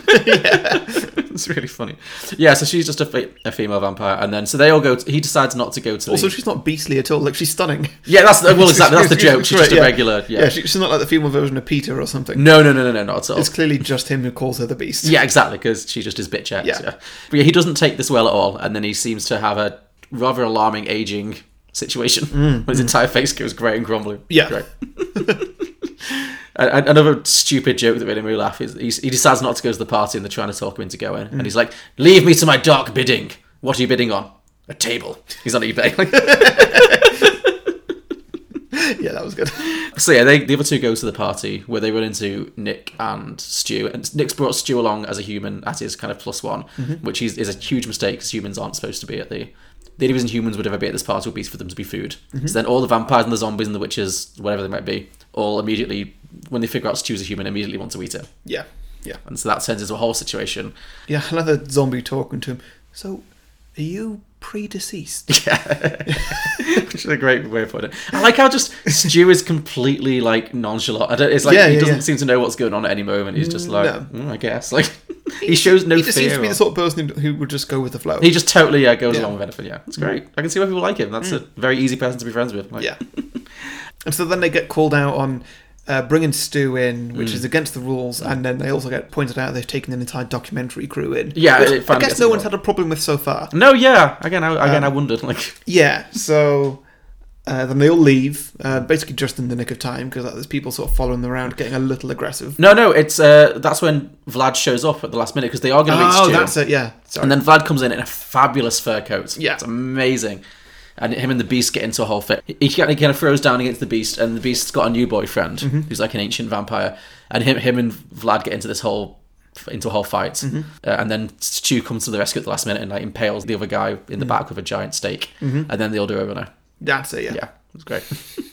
Speaker 2: Like, it's really funny. Yeah, so she's just a, fe- a female vampire, and then so they all go. To, he decides not to go to.
Speaker 1: also,
Speaker 2: the,
Speaker 1: she's not beastly at all. Like she's stunning.
Speaker 2: Yeah, that's the- Uh, well,
Speaker 1: She's-
Speaker 2: exactly, that's
Speaker 1: (laughs)
Speaker 2: the
Speaker 1: she's- she's
Speaker 2: joke. She's just a
Speaker 1: great,
Speaker 2: regular- yeah.
Speaker 1: she- she's not like the female version of Peter or something.
Speaker 2: no, no, no, no, no, not at all.
Speaker 1: It's clearly just him who calls her the beast.
Speaker 2: Yeah, exactly, because she just is bitch ex.
Speaker 1: Yeah.
Speaker 2: Yeah. But yeah, he doesn't take this well at all, and then he seems to have a rather alarming aging situation. (laughs)
Speaker 1: Mm,
Speaker 2: His
Speaker 1: mm.
Speaker 2: entire face goes grey and grumbly.
Speaker 1: Yeah.
Speaker 2: (laughs) Grey. And- and Another stupid joke that made me laugh is he's- he decides not to go to the party and they're trying to talk him into going.
Speaker 1: Mm.
Speaker 2: And he's like, Leave me to my dark bidding. What are you bidding on? A table. He's on eBay.
Speaker 1: (laughs) yeah, that was good.
Speaker 2: So yeah, they, the other two go to the party where they run into Nick and Stu, and Nick's brought Stu along as a human at his kind of plus one,
Speaker 1: Mhm.
Speaker 2: which is, is a huge mistake because humans aren't supposed to be at the. The only reason humans would ever be at this party would be for them to be food.
Speaker 1: Mhm.
Speaker 2: So then all the vampires and the zombies and the witches, whatever they might be, all immediately when they figure out Stu's a human, immediately want to eat him,
Speaker 1: Yeah, yeah,
Speaker 2: and so that turns into a whole situation.
Speaker 1: yeah. Another zombie talking to him. So, are you predeceased?
Speaker 2: (laughs) Yeah. Which is a great way of putting it. I like how just Stu is completely like nonchalant. I don't, it's like
Speaker 1: Yeah,
Speaker 2: he
Speaker 1: yeah,
Speaker 2: doesn't
Speaker 1: yeah.
Speaker 2: seem to know what's going on at any moment. He's just like,
Speaker 1: No.
Speaker 2: "Mm, I guess. (laughs) Like he shows no
Speaker 1: he
Speaker 2: fear.
Speaker 1: just seems to be
Speaker 2: or-
Speaker 1: the sort of person who, who would just go with the flow.
Speaker 2: He just totally yeah, goes
Speaker 1: Yeah.
Speaker 2: along with anything. Yeah, it's great. I can see why people like him. That's
Speaker 1: Mm.
Speaker 2: a very easy person to be friends with. Like,
Speaker 1: Yeah. and so then they get called out on uh, bringing Stu in, which
Speaker 2: Mm.
Speaker 1: is against the rules, and then they also get pointed out they've taken an entire documentary crew in.
Speaker 2: Yeah,
Speaker 1: which
Speaker 2: it
Speaker 1: I
Speaker 2: finally
Speaker 1: guess
Speaker 2: gets
Speaker 1: no one's
Speaker 2: involved.
Speaker 1: had a problem with so far.
Speaker 2: No, yeah. Again, I, again, I
Speaker 1: Um,
Speaker 2: wondered. Like,
Speaker 1: Yeah, so uh, then they all leave, uh, basically just in the nick of time because like, there's people sort of following them around, getting a little aggressive.
Speaker 2: no, no. It's uh, that's when Vlad shows up at the last minute because they are going to meet
Speaker 1: Oh,
Speaker 2: Stu.
Speaker 1: that's it. Yeah, sorry.
Speaker 2: And then Vlad comes in in a fabulous fur coat.
Speaker 1: Yeah.
Speaker 2: It's amazing. and him and the beast get into a whole fit. He kind of, kind of throws down against the beast, and the beast's got a new boyfriend
Speaker 1: Mhm.
Speaker 2: who's like an ancient vampire, and him him and Vlad get into this whole into a whole fight,
Speaker 1: Mhm.
Speaker 2: uh, and then Stu comes to the rescue at the last minute and like impales the other guy in the
Speaker 1: Mhm.
Speaker 2: back with a giant stake,
Speaker 1: Mhm.
Speaker 2: and then they'll do a runner.
Speaker 1: That's it, yeah.
Speaker 2: Mm-hmm. Yeah, it's great.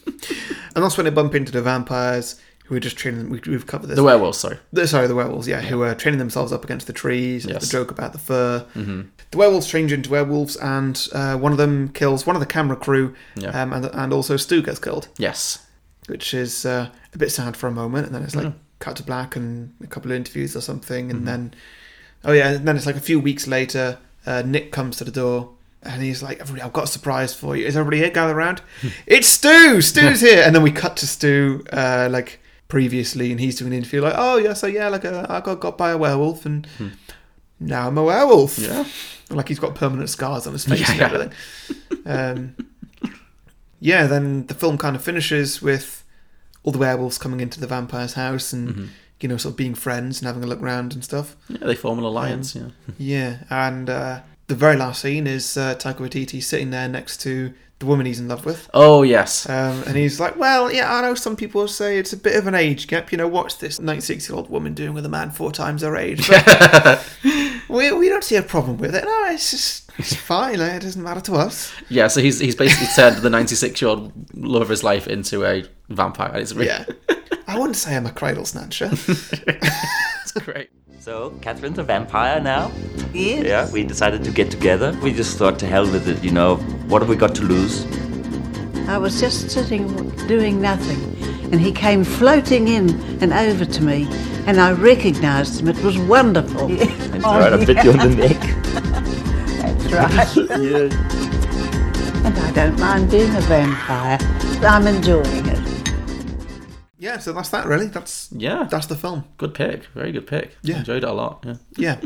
Speaker 1: And that's when they bump into the vampires who are just training. We, we've covered this.
Speaker 2: The werewolves, sorry.
Speaker 1: The- sorry, the werewolves, yeah, who are training themselves up against the trees. Yes.
Speaker 2: Yes.
Speaker 1: The joke about the fur.
Speaker 2: Mhm.
Speaker 1: The werewolves change into werewolves, and uh, one of them kills one of the camera crew,
Speaker 2: Yeah.
Speaker 1: um, and, and also Stu gets killed.
Speaker 2: Yes.
Speaker 1: Which is uh, a bit sad for a moment, and then it's like
Speaker 2: Yeah.
Speaker 1: cut to black and a couple of interviews or something,
Speaker 2: Mm-hmm.
Speaker 1: and then, oh yeah, and then it's like a few weeks later, uh, Nick comes to the door. And he's like, "Everybody, I've got a surprise for you. Is everybody here? Gather around.
Speaker 2: Hmm.
Speaker 1: it's Stu.
Speaker 2: (laughs)
Speaker 1: Stu's here." And then we cut to Stu, uh, like previously, and he's doing an interview, like, "Oh yeah, so yeah, like uh, I got got by a werewolf, and
Speaker 2: Hmm.
Speaker 1: now I'm a werewolf."
Speaker 2: Yeah.
Speaker 1: like he's got permanent scars on his face and
Speaker 2: (laughs) Yeah.
Speaker 1: everything. Um, yeah, then the film kind of finishes with all the werewolves coming into the vampire's house and
Speaker 2: Mm-hmm.
Speaker 1: you know sort of being friends and having a look around and stuff.
Speaker 2: Yeah, they form an alliance,
Speaker 1: yeah. Yeah, and uh, the very last scene is uh, Taika Waititi sitting there next to the woman he's in love with.
Speaker 2: Oh yes,
Speaker 1: Um, and he's like, well, yeah, I know some people say it's a bit of an age gap. You know, what's this 96 year old woman doing with a man four times her age? But we, we don't see a problem with it. No, it's just, it's fine. like, It doesn't matter to us.
Speaker 2: yeah. So he's he's basically turned the ninety six year old love of his life into a vampire. It's really, (laughs)
Speaker 1: Yeah. I wouldn't say I'm a cradle snatcher.
Speaker 2: That's great.
Speaker 15: So, Catherine's a vampire now? Yes. Yeah, we decided to get together. We just thought to hell with it, you know. What have we got to lose?
Speaker 16: I was just sitting doing nothing, and he came floating in and over to me, and I recognised him. It was wonderful.
Speaker 13: That's right, I bit you on the neck.
Speaker 15: (laughs)
Speaker 16: That's right. And I don't mind being a vampire. I'm enjoying it.
Speaker 1: yeah, so that's that, really. That's
Speaker 2: Yeah,
Speaker 1: that's the film.
Speaker 2: Good pick, very good pick.
Speaker 1: Yeah.
Speaker 2: enjoyed it a lot. Yeah, (laughs)
Speaker 1: Yeah.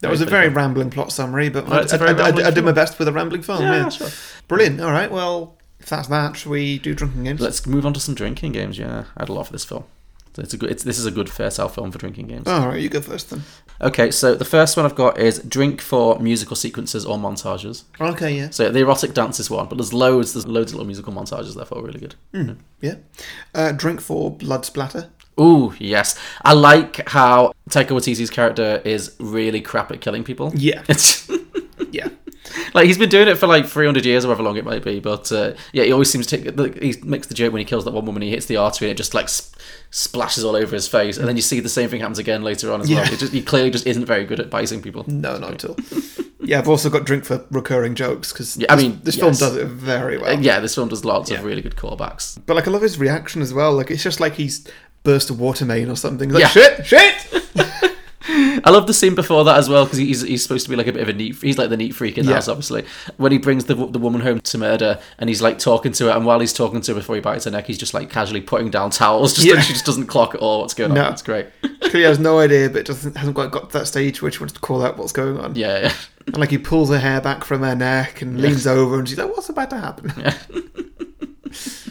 Speaker 1: That was a very rambling plot summary, but
Speaker 2: Well, it's
Speaker 1: I,
Speaker 2: a very
Speaker 1: I- I- I
Speaker 2: rambling
Speaker 1: did my
Speaker 2: film.
Speaker 1: best with a rambling film.
Speaker 2: Yeah,
Speaker 1: Yeah,
Speaker 2: sure.
Speaker 1: Brilliant. All right, well, if that's that, should we do drinking games?
Speaker 2: Let's move on to some drinking games. Yeah, I had a lot for this film. So it's a good. It's, this is a good fair sale film for drinking games.
Speaker 1: All right, you go first then.
Speaker 2: Okay, so the first one I've got is drink for musical sequences or montages.
Speaker 1: Okay, yeah.
Speaker 2: So the erotic dance is one, but there's loads. There's loads of little musical montages. Therefore, really good.
Speaker 1: Mm, yeah. Uh, drink for blood splatter.
Speaker 2: Ooh, yes. I like how Taika Waititi's character is really crap at killing people. (laughs)
Speaker 1: Yeah.
Speaker 2: It's
Speaker 1: (laughs) yeah.
Speaker 2: Like he's been doing it for like 300 years, or however long it might be, but uh, yeah, he always seems to take. Like, he makes the joke when he kills that one woman, he hits the artery, and it just like sp- splashes all over his face, and then you see the same thing happens again later on as
Speaker 1: Yeah.
Speaker 2: well. It just, he clearly just isn't very good at biting people.
Speaker 1: No, not at all. Yeah, I've also got drink for recurring jokes because
Speaker 2: Yeah, I mean,
Speaker 1: this
Speaker 2: yes.
Speaker 1: film does it very well.
Speaker 2: Uh, Yeah, this film does lots of really good callbacks.
Speaker 1: But like, I love his reaction as well. Like, it's just like he's burst a water main or something. He's like,
Speaker 2: Yeah.
Speaker 1: shit, shit. (laughs)
Speaker 2: I love the scene before that as well because he's he's supposed to be like a bit of a neat. He's like the neat freak in the
Speaker 1: Yeah.
Speaker 2: house, obviously. When he brings the the woman home to murder, and he's like talking to her, and while he's talking to her before he bites her neck, he's just like casually putting down towels, just
Speaker 1: Yeah.
Speaker 2: like (laughs) she just doesn't clock at all what's going on.
Speaker 1: No.
Speaker 2: It's great.
Speaker 1: Clearly has no idea, but doesn't hasn't quite got to that stage where she wants to call out what's going on.
Speaker 2: Yeah, yeah.
Speaker 1: And like, he pulls her hair back from her neck and
Speaker 2: Yeah.
Speaker 1: leans over, and she's like, "What's about to happen?"
Speaker 2: (laughs)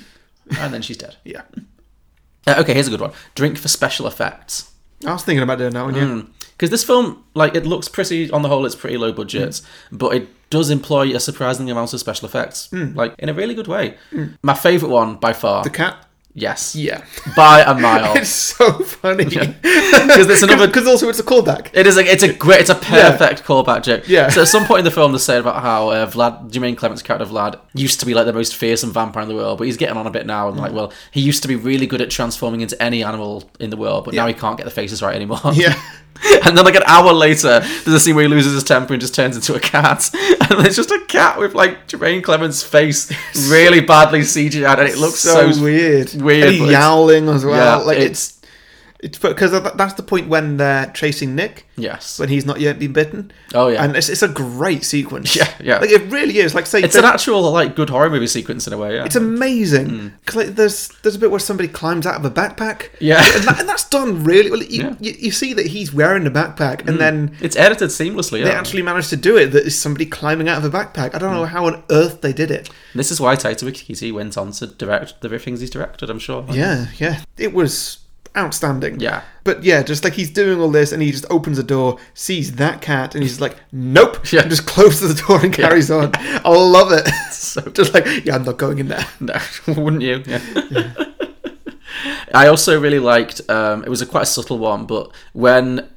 Speaker 2: And then she's dead.
Speaker 1: Yeah.
Speaker 2: Uh, okay, here's a good one. Drink for special effects.
Speaker 1: I was thinking about doing that one,
Speaker 2: Mm.
Speaker 1: yeah.
Speaker 2: Because this film, like, it looks pretty, on the whole, it's pretty low budget,
Speaker 1: Mm.
Speaker 2: but it does employ a surprising amount of special effects,
Speaker 1: Mm.
Speaker 2: like, in a really good way.
Speaker 1: Mm.
Speaker 2: My favourite one by far.
Speaker 1: The cat.
Speaker 2: Yes.
Speaker 1: Yeah.
Speaker 2: By a
Speaker 1: (laughs)
Speaker 2: mile.
Speaker 1: It's so funny (laughs) because
Speaker 2: there's another-
Speaker 1: because also it's a callback.
Speaker 2: It is a, it's a great, it's a perfect callback joke.
Speaker 1: Yeah.
Speaker 2: So at some point in the film, they say about how uh, Vlad, Jermaine Clement's character Vlad, used to be like the most fearsome vampire in the world, but he's getting on a bit now. And
Speaker 1: Mm.
Speaker 2: like, well, he used to be really good at transforming into any animal in the world, but now he can't get the faces right anymore.
Speaker 1: (laughs) Yeah.
Speaker 2: (laughs) and then like an hour later, there's a scene where he loses his temper and just turns into a cat, (laughs) and it's just a cat with like Jermaine Clement's
Speaker 1: (laughs)
Speaker 2: face really badly CGI'd, and it looks so,
Speaker 1: so, weird.
Speaker 2: weird,
Speaker 1: And he's
Speaker 2: but it's-
Speaker 1: yowling as well.
Speaker 2: Yeah,
Speaker 1: like
Speaker 2: it's-
Speaker 1: it's it's because that's the point when they're chasing Nick.
Speaker 2: Yes.
Speaker 1: when he's not yet been bitten.
Speaker 2: Oh, yeah.
Speaker 1: and it's, it's a great sequence.
Speaker 2: Yeah, yeah.
Speaker 1: Like it really is. Like say
Speaker 2: it's an actual like good horror movie sequence in a way. Yeah.
Speaker 1: It's amazing.
Speaker 2: Hmm.
Speaker 1: 'Cause, like, there's there's a bit where somebody climbs out of a backpack.
Speaker 2: Yeah.
Speaker 1: and, that- and that's done really well. You, you, you see that he's wearing the backpack, and
Speaker 2: Mm.
Speaker 1: then
Speaker 2: it's edited seamlessly.
Speaker 1: they
Speaker 2: yeah. Hmm.
Speaker 1: actually managed to do it. That is somebody climbing out of a backpack. I don't know how on earth they did it.
Speaker 2: This is why Taika Waititi went on to direct the very things he's directed. I'm sure.
Speaker 1: Yeah, yeah. It was outstanding. Yeah. But yeah, just like he's doing all this and he just opens a door, sees that cat, and he's like, nope. Yeah. And just closes the door and
Speaker 2: Yeah.
Speaker 1: carries on. I love
Speaker 2: (laughs)
Speaker 1: it. just like, yeah, I'm not going in there.
Speaker 2: No, (laughs) wouldn't you? Yeah. (laughs) I also really liked. Um, it was a quite a subtle one, but when,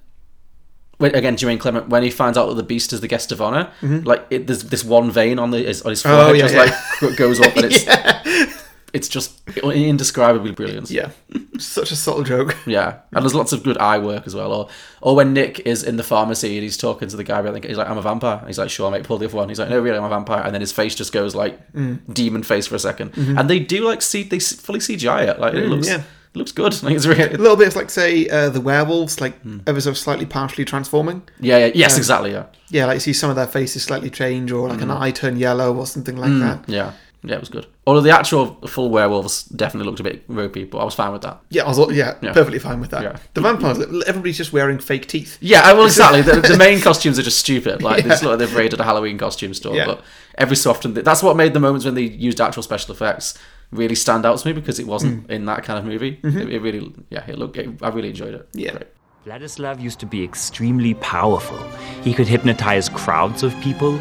Speaker 2: when again, Jermaine Clement, when he finds out that the Beast is the guest of honor,
Speaker 1: Mhm.
Speaker 2: like it, there's this one vein on the his, on his
Speaker 1: Oh,
Speaker 2: forehead
Speaker 1: yeah,
Speaker 2: just
Speaker 1: yeah.
Speaker 2: like goes up,
Speaker 1: (laughs)
Speaker 2: and it's it's just indescribably brilliant. (laughs)
Speaker 1: Yeah, such a subtle joke.
Speaker 2: Yeah, and there's lots of good eye work as well. Or or when Nick is in the pharmacy and he's talking to the guy, behind the- he's like, "I'm a vampire." And he's like, "Sure, mate, pull the other one." He's like, "No, really, I'm a vampire." And then his face just goes like
Speaker 1: Mm.
Speaker 2: demon face for a 2nd
Speaker 1: Mhm.
Speaker 2: and they do like see they s- fully CGI it. Like it
Speaker 1: Mm,
Speaker 2: looks
Speaker 1: yeah.
Speaker 2: it looks good. (laughs) Like it's really
Speaker 1: a little bit of like say uh, the werewolves, like
Speaker 2: Hmm.
Speaker 1: ever so slightly partially transforming.
Speaker 2: Yeah, yeah, yes,
Speaker 1: Um,
Speaker 2: exactly, yeah.
Speaker 1: yeah. Like you see some of their faces slightly change, or like an
Speaker 2: Mm.
Speaker 1: eye turn yellow, or something like
Speaker 2: Mm,
Speaker 1: that.
Speaker 2: Yeah, yeah, it was good. Although the actual full werewolves definitely looked a bit ropey, but I was fine with that.
Speaker 1: Yeah, I was all- yeah,
Speaker 2: Yeah.
Speaker 1: perfectly fine with that.
Speaker 2: Yeah.
Speaker 1: The vampires, everybody's just wearing fake teeth.
Speaker 2: Yeah, I- well, exactly. The, the
Speaker 1: (laughs)
Speaker 2: main costumes are just stupid. Like
Speaker 1: Yeah.
Speaker 2: it's like they've raided a Halloween costume store.
Speaker 1: Yeah.
Speaker 2: But every so often, that's what made the moments when they used actual special effects really stand out to me because it
Speaker 1: Mm.
Speaker 2: wasn't in that kind of movie.
Speaker 5: Mhm.
Speaker 2: It, it really, yeah, it looked. It, I really enjoyed it.
Speaker 1: Mm-hmm. Yeah.
Speaker 5: Vladislav used to be extremely powerful. He could hypnotize crowds of people.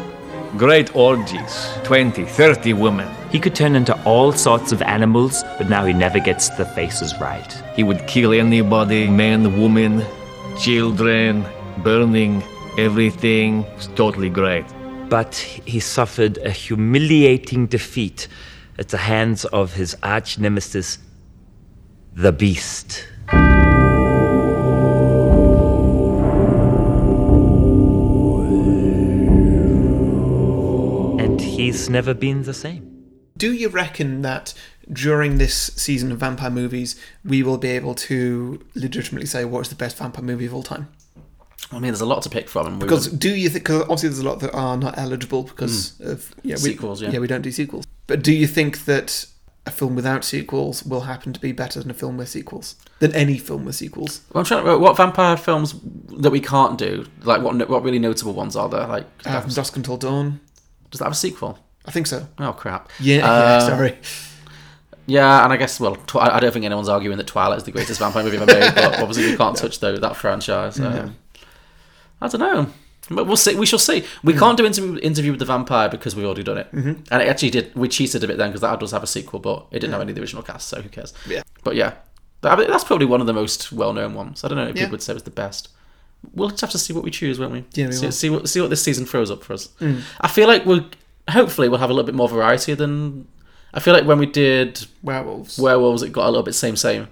Speaker 5: Great orgies. 20, 30 women. He could turn into all sorts of animals, but now he never gets the faces right.
Speaker 10: He would kill anybody man, woman, children, burning, everything. It's totally great.
Speaker 5: But he suffered a humiliating defeat at the hands of his arch nemesis, the Beast. And he's never been the same.
Speaker 1: Do you reckon that during this season of vampire movies, we will be able to legitimately say what's the best vampire movie of all time?
Speaker 2: I mean, there's a lot to pick from. And we
Speaker 1: Because
Speaker 2: wouldn't-
Speaker 1: do you think? Because obviously, there's a lot that are not eligible because
Speaker 2: Mm.
Speaker 1: of yeah, we,
Speaker 2: Sequels, yeah.
Speaker 1: yeah, we don't do sequels. But do you think that a film without sequels will happen to be better than a film with sequels than any film with sequels?
Speaker 2: Well, I'm trying to. What vampire films that we can't do? Like what? no- What really notable ones are there? Like
Speaker 1: Uh, From Dusk Until Dawn.
Speaker 2: Does that have a sequel?
Speaker 1: I think so.
Speaker 2: Oh crap!
Speaker 1: (laughs) Yeah, yeah,
Speaker 2: Um,
Speaker 1: sorry.
Speaker 2: Yeah, and I guess well, tw- I I don't think anyone's arguing that Twilight is the greatest vampire movie ever made, but obviously
Speaker 1: (laughs)
Speaker 2: we can't touch though that franchise. so,
Speaker 1: No.
Speaker 2: I don't know, but we'll see. We shall see. We
Speaker 1: Mm.
Speaker 2: can't do interview, interview with the vampire because we've already done it,
Speaker 1: Mhm.
Speaker 2: and it actually did. We cheated a bit then because that does have a sequel, but it didn't have
Speaker 1: Yeah.
Speaker 2: any of the original cast, so who cares?
Speaker 1: Yeah.
Speaker 2: but yeah, But I mean, that's probably one of the most well-known ones. I don't know if
Speaker 1: Yeah.
Speaker 2: people would say it's the best. We'll just have to see what we choose, won't we?
Speaker 1: Yeah, we
Speaker 2: see,
Speaker 1: will.
Speaker 2: see what see what this season throws up for us.
Speaker 1: Mm.
Speaker 2: I feel like we'll hopefully we'll have a little bit more variety than. I feel like when we did
Speaker 1: Werewolves.
Speaker 2: werewolves, it got a little bit same same.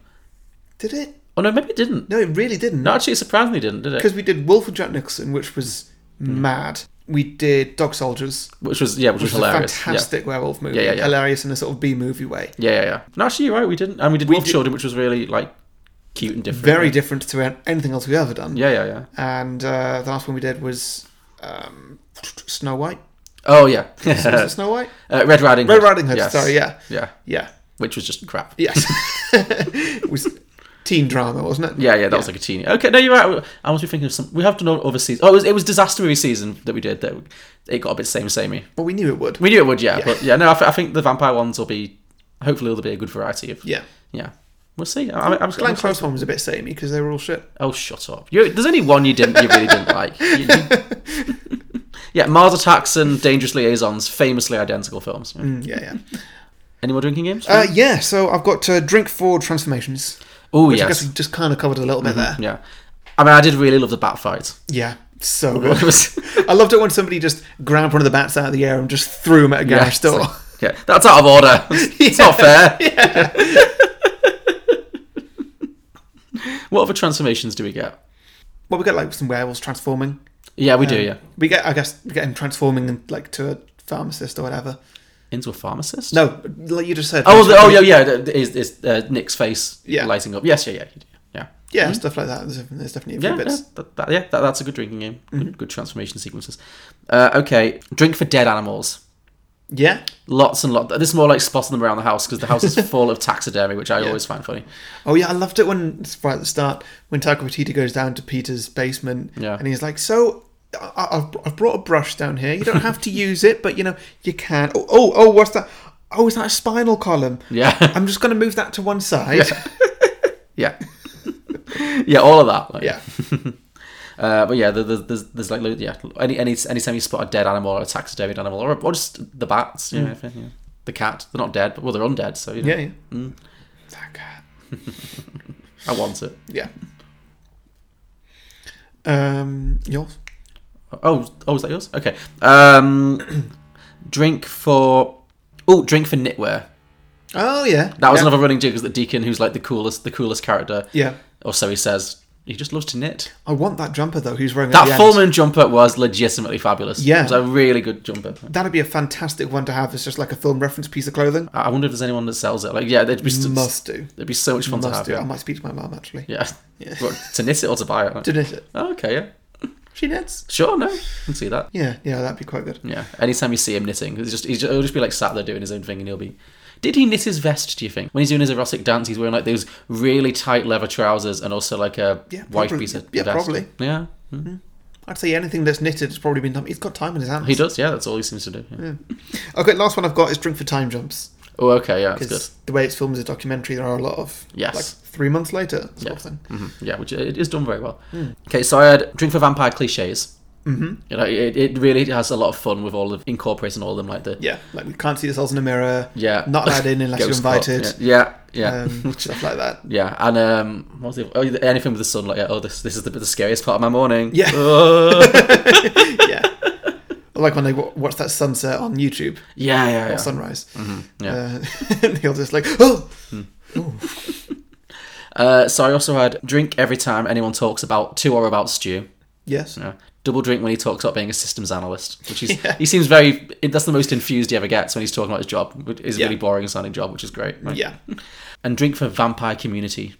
Speaker 1: Did it?
Speaker 2: Oh no, maybe it didn't.
Speaker 1: No, it really didn't.
Speaker 2: No, actually, it surprisingly didn't, did it?
Speaker 1: Because we did Wolf of Jack Nicholson, which was mad. We did Dog Soldiers,
Speaker 2: Which was- yeah, which Hmm. was
Speaker 1: A
Speaker 2: hilarious. Yeah.
Speaker 1: fantastic werewolf movie.
Speaker 2: Yeah, yeah, yeah.
Speaker 1: Hilarious in a sort of B movie way.
Speaker 2: Yeah, yeah, yeah. No, actually, you're right. We didn't, and we did
Speaker 1: We
Speaker 2: Wolf
Speaker 1: did-
Speaker 2: Children, which was really like cute and different.
Speaker 1: Very
Speaker 2: right?
Speaker 1: different to anything else we've ever done.
Speaker 2: Yeah, yeah, yeah.
Speaker 1: And uh, the last one we did was um, Snow White.
Speaker 2: Oh
Speaker 1: (laughs)
Speaker 2: yeah,
Speaker 1: Was it Snow White?
Speaker 2: Uh, Red Riding Hood.
Speaker 1: Red Riding Hood.
Speaker 2: Yes.
Speaker 1: Sorry, yeah,
Speaker 2: yeah,
Speaker 1: yeah.
Speaker 2: Which was just crap.
Speaker 1: Yes, (laughs) it was teen drama, wasn't it?
Speaker 2: Yeah, yeah, that was like a teeny. Okay, no, you're right. I must be thinking of some. We have done other seasons. Oh, it was, it was disaster movie season that we did. That it got a bit same samey.
Speaker 1: But we knew it would.
Speaker 2: We knew it would, yeah.
Speaker 1: Yeah.
Speaker 2: But yeah, no, I, th- I think the vampire ones will be. Hopefully, there'll be a good variety of.
Speaker 1: Yeah.
Speaker 2: yeah. We'll see. I, I'm, I'm
Speaker 1: Glenn Close one was a bit samey because they were all shit.
Speaker 2: Oh, shut up! You, there's only one you didn't, you really didn't like. You-
Speaker 1: (laughs)
Speaker 2: you- yeah, Mars Attacks and Dangerous Liaisons, famously identical films.
Speaker 1: Mm, yeah, yeah.
Speaker 2: Any more drinking games?
Speaker 1: Uh, yeah, so I've got uh, drink forward transformations.
Speaker 2: Oh,
Speaker 1: which I
Speaker 2: yes.
Speaker 1: guess we just kind of covered a little bit there.
Speaker 2: Mhm, (laughs) Yeah, I mean, I did really love the bat fight.
Speaker 1: (laughs) Yeah, so
Speaker 2: Well,
Speaker 1: good.
Speaker 2: it was-
Speaker 1: I loved it when somebody just grabbed one of the bats out of the air and just threw him at a
Speaker 2: Yeah,
Speaker 1: garage
Speaker 2: it's
Speaker 1: door.
Speaker 2: like- (laughs) yeah, that's out
Speaker 1: (laughs)
Speaker 2: of order. It's it's not fair. what other transformations do we get?
Speaker 1: Well, we get like some werewolves transforming.
Speaker 2: Yeah, we do, yeah.
Speaker 1: we get. I guess we get him transforming in, like to a pharmacist or whatever.
Speaker 2: Into a pharmacist?
Speaker 1: No, like you just said.
Speaker 2: Oh, the, oh yeah, yeah. the- the- Is, is uh, Nick's face
Speaker 1: Yeah.
Speaker 2: lighting up? Yes, yeah, yeah, yeah.
Speaker 1: yeah,
Speaker 2: Mhm.
Speaker 1: stuff like that. There's, there's definitely a few
Speaker 2: Yeah, yeah,
Speaker 1: bits.
Speaker 2: that, that- yeah that, that's a good drinking game. Good,
Speaker 1: Mm-hmm.
Speaker 2: good transformation sequences. Uh, okay, drink for dead animals.
Speaker 1: Yeah.
Speaker 2: Lots and lots. This is more like spotting them around the house because the
Speaker 1: (laughs)
Speaker 2: house is full of taxidermy, which I always find funny.
Speaker 1: Oh yeah, I loved it when right at the start when Taika Waititi goes down to Peter's basement,
Speaker 2: Yeah.
Speaker 1: and he's like, "So, I- I, I've, I've brought a brush down here. You don't have to use it, but you know you can." Oh, oh, oh what's that? Oh, is that a spinal column?
Speaker 2: Yeah.
Speaker 1: (laughs) I'm just going to move that to one side.
Speaker 2: (laughs) Yeah. yeah, all of that.
Speaker 1: (laughs)
Speaker 2: like-
Speaker 1: Yeah.
Speaker 2: uh, but yeah, there- there's, there's, there's like lo- yeah, any any anytime you spot a dead animal or a taxidermied animal or, or just the bats, you know,
Speaker 1: Mm.
Speaker 2: if- yeah. the cat. They're not dead, but well, they're undead. So you know.
Speaker 1: Yeah, yeah.
Speaker 2: (laughs) Mm. I want it.
Speaker 1: Yeah. Um, yours.
Speaker 2: Oh, oh, is that yours? Okay. Um, (clears throat) drink for. Oh, drink for knitwear.
Speaker 1: Oh yeah.
Speaker 2: That was
Speaker 1: Yeah.
Speaker 2: another running joke. Is that Deacon, who's like the coolest, the coolest character.
Speaker 1: Yeah.
Speaker 2: Or so he says. He just loves to knit.
Speaker 1: I want that jumper though. He's wearing at the end.
Speaker 2: That full moon jumper was legitimately fabulous.
Speaker 1: Yeah.
Speaker 2: it was a really good jumper.
Speaker 1: That'd be a fantastic one to have. It's just like a film reference piece of clothing.
Speaker 2: I I wonder if there's anyone that sells it. Like, yeah, they'd be
Speaker 1: Must do.
Speaker 2: It'd be so much fun
Speaker 1: Must
Speaker 2: to have.
Speaker 1: do.
Speaker 2: yeah.
Speaker 1: I might speak to my mum actually.
Speaker 2: Yeah.
Speaker 1: Yeah.
Speaker 2: What, to knit it or to buy
Speaker 1: (laughs)
Speaker 2: it?
Speaker 1: To knit it.
Speaker 2: Oh, okay, yeah.
Speaker 1: She knits.
Speaker 2: Sure, no, I can see that.
Speaker 1: Yeah, yeah, that'd be quite good.
Speaker 2: Yeah. Anytime you see him knitting, it's just, he's just, he'll just be like sat there doing his own thing, and he'll be. Did he knit his vest? Do you think when he's doing his erotic dance, he's wearing like those really tight leather trousers and also like a
Speaker 1: Yeah,
Speaker 2: white
Speaker 1: probably-
Speaker 2: piece of
Speaker 1: yeah,
Speaker 2: vest?
Speaker 1: probably.
Speaker 2: Yeah,
Speaker 1: Mhm. I'd say anything that's knitted has probably been done. He's got time in his hands.
Speaker 2: he does. Yeah, that's all he seems to do. yeah.
Speaker 1: Yeah. Okay, last one I've got is drink for time jumps.
Speaker 2: Oh, okay, yeah, that's
Speaker 1: Because
Speaker 2: good.
Speaker 1: the way it's filmed as a documentary, there are a lot of
Speaker 2: Yes.
Speaker 1: like three months later sort
Speaker 2: Yeah.
Speaker 1: of thing.
Speaker 2: Mhm. Yeah, which it is done very well.
Speaker 1: Mm.
Speaker 2: Okay, so I had drink for vampire cliches.
Speaker 1: Mhm.
Speaker 2: You know, it, it really has a lot of fun with all of incorporating all of them, like the
Speaker 1: Yeah, like we can't see ourselves in a mirror.
Speaker 2: yeah,
Speaker 1: not allowed in unless you're
Speaker 2: Ghost cop,
Speaker 1: invited.
Speaker 2: Yeah, yeah, yeah. (laughs)
Speaker 1: um, stuff like that.
Speaker 2: Yeah, and um, what was the, oh, anything with the sun, like oh, this this is the, the scariest part of my morning.
Speaker 1: Yeah.
Speaker 2: Oh.
Speaker 1: (laughs) Or Like when they w- watch that sunset on YouTube.
Speaker 2: Yeah, Oh, yeah,
Speaker 1: Or
Speaker 2: yeah.
Speaker 1: sunrise.
Speaker 2: Mhm, yeah.
Speaker 1: Uh, (laughs) and he'll just like, oh!
Speaker 2: uh, so I also had drink every time anyone talks about to or about Stu.
Speaker 1: Yes.
Speaker 2: Yeah. Double drink when he talks about being a systems analyst,
Speaker 1: (laughs)
Speaker 2: which he's, he seems very. That's the most infused he ever gets when he's talking about his job. which is a
Speaker 1: Yeah.
Speaker 2: really boring sounding job, which is great. right?
Speaker 1: Yeah.
Speaker 2: and drink for vampire community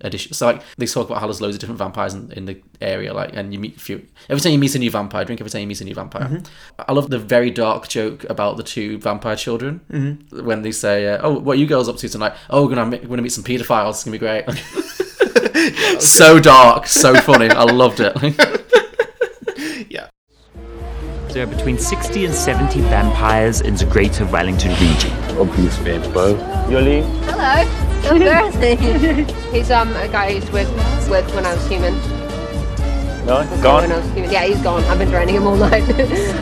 Speaker 2: edition. So like they talk about how there's loads of different vampires in, in the area, like and you meet few every time you meet a new vampire, drink every time you meet a new vampire.
Speaker 1: Mhm.
Speaker 2: I love the very dark joke about the two vampire children
Speaker 1: Mhm.
Speaker 2: when they say, uh, "Oh, what are you girls up to tonight? Oh, we're gonna meet, we're gonna meet some paedophiles. It's
Speaker 1: (laughs)
Speaker 2: gonna be great." so dark, so funny. I
Speaker 1: (laughs)
Speaker 2: loved it.
Speaker 5: There are between 60 and 70 vampires in the greater Wellington region. Obvious vampire. Yoli.
Speaker 17: Hello.
Speaker 9: Oh,
Speaker 17: Embarrassing. he's um a guy I used to work with when I was human.
Speaker 5: No,
Speaker 17: When I was human. Yeah, he's gone. I've been drowning him all (laughs) night.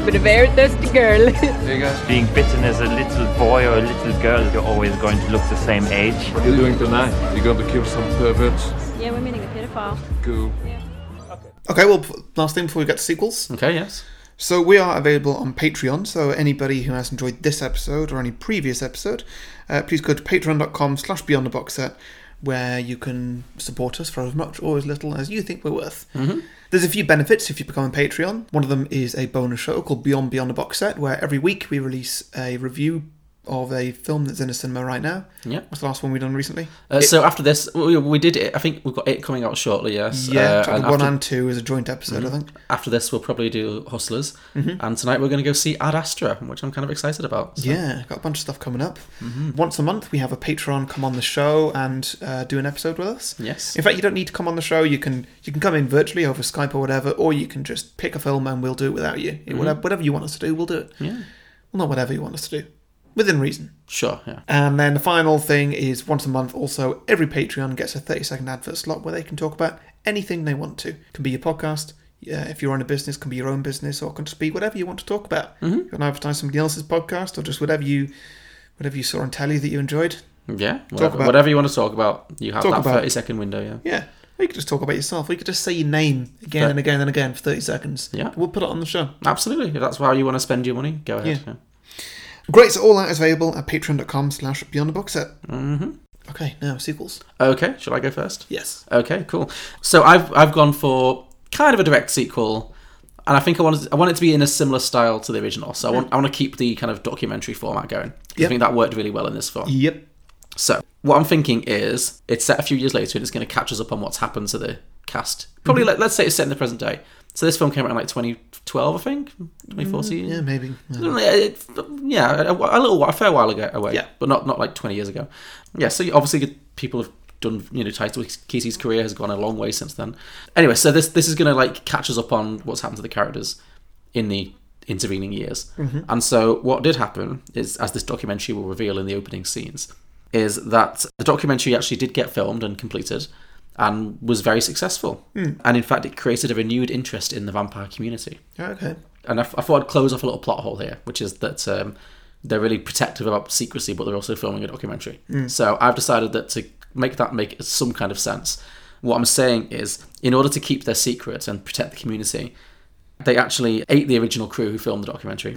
Speaker 17: but a very thirsty girl.
Speaker 5: There you go. Being bitten as a little boy or a little girl, you're always going to look the same age. What are you doing tonight? You're going to kill some perverts?
Speaker 9: Yeah, we're meeting a pedophile.
Speaker 11: Cool.
Speaker 1: Okay, well, p- last thing before we get to sequels.
Speaker 2: Okay, yes.
Speaker 1: So we are available on Patreon, so anybody who has enjoyed this episode or any previous episode, uh, please go to patreon.com slash beyond the box set, where you can support us for as much or as little as you think we're worth.
Speaker 2: Mhm.
Speaker 1: There's a few benefits if you become a Patreon. One of them is a bonus show called Beyond Beyond the Box Set, where every week we release a review of a film that's in a cinema right now.
Speaker 2: Yeah.
Speaker 1: What's the last one we've done recently?
Speaker 2: Uh,
Speaker 1: It-
Speaker 2: so after this, we, we did it. I think we've got it coming out shortly. Yes.
Speaker 1: yeah,
Speaker 2: Uh,
Speaker 1: chapter
Speaker 2: and
Speaker 1: one
Speaker 2: after-
Speaker 1: and two is a joint episode, I
Speaker 2: Mhm.
Speaker 1: think.
Speaker 2: After this, we'll probably do Hustlers,
Speaker 1: Mhm.
Speaker 2: and tonight we're going to go see Ad Astra, which I'm kind of excited about. so-
Speaker 1: Yeah, got a bunch of stuff coming up.
Speaker 2: Mm-hmm.
Speaker 1: Once a month, we have a Patreon come on the show and uh, do an episode with us.
Speaker 2: Yes.
Speaker 1: In fact, you don't need to come on the show. You can you can come in virtually over Skype or whatever, or you can just pick a film and we'll do it without you. It-
Speaker 2: Mhm.
Speaker 1: Whatever, whatever you want us to do, we'll do it.
Speaker 2: Yeah.
Speaker 1: Well, not whatever you want us to do, within reason.
Speaker 2: Sure. Yeah.
Speaker 1: And then the final thing is once a month, also, every Patreon gets a 30 second advert slot where they can talk about anything they want to. Can be your podcast, yeah, if you're on a business, can be your own business, or can just be whatever you want to talk about.
Speaker 2: Mhm.
Speaker 1: You want to advertise somebody else's podcast, or just whatever you whatever you saw on telly that you enjoyed.
Speaker 2: Yeah.
Speaker 1: Talk
Speaker 2: Whatever,
Speaker 1: about-
Speaker 2: whatever you want to talk about, you have
Speaker 1: Talk
Speaker 2: that
Speaker 1: about-
Speaker 2: 30 second window. Yeah.
Speaker 1: Yeah. Or you could just talk about yourself. Or you could just say your name again
Speaker 2: Fair.
Speaker 1: and again and again for 30 seconds.
Speaker 2: Yeah.
Speaker 1: We'll put it on the show.
Speaker 2: Absolutely. If that's how you want to spend your money, go ahead.
Speaker 1: Yeah.
Speaker 2: Yeah.
Speaker 1: Great, so all that is available at patreon.com slash beyond the box set.
Speaker 2: Mm-hmm.
Speaker 1: Okay, now sequels.
Speaker 2: Okay. Shall I go first?
Speaker 1: Yes.
Speaker 2: Okay. Cool. So I've I've gone for kind of a direct sequel. And I think I want I want it to be in a similar style to the original, so I want I want to keep the kind of documentary format going. 'Cause I
Speaker 1: Yep.
Speaker 2: think that worked really well in this film.
Speaker 1: Yep.
Speaker 2: So what I'm thinking is it's set a few years later and it's going to catch us up on what's happened to the cast. Probably
Speaker 1: Mhm.
Speaker 2: let, let's say it's set in the present day. So this film came out in like 2012, I think, 2014.
Speaker 1: Mm, yeah, maybe. Yeah.
Speaker 2: I don't know, it- yeah, a, a little, a fair while ago away.
Speaker 1: Yeah.
Speaker 2: but not not like 20 years ago. Yeah, so you- obviously people have done. You know, Taito Kisey's career has gone a long way since then. Anyway, so this this is going to like catch us up on what's happened to the characters in the intervening years.
Speaker 1: Mhm.
Speaker 2: And so what did happen is, as this documentary will reveal in the opening scenes, is that the documentary actually did get filmed and completed, and was very successful.
Speaker 1: Hmm.
Speaker 2: And in fact, it created a renewed interest in the vampire community.
Speaker 1: Okay.
Speaker 2: And I, I thought I'd close off a little plot hole here, which is that um, they're really protective about secrecy, but they're also filming a documentary.
Speaker 15: Mm.
Speaker 2: So I've decided that to make that make some kind of sense, what I'm saying is, in order to keep their secret and protect the community, they actually ate the original crew who filmed the
Speaker 1: (laughs)
Speaker 2: documentary.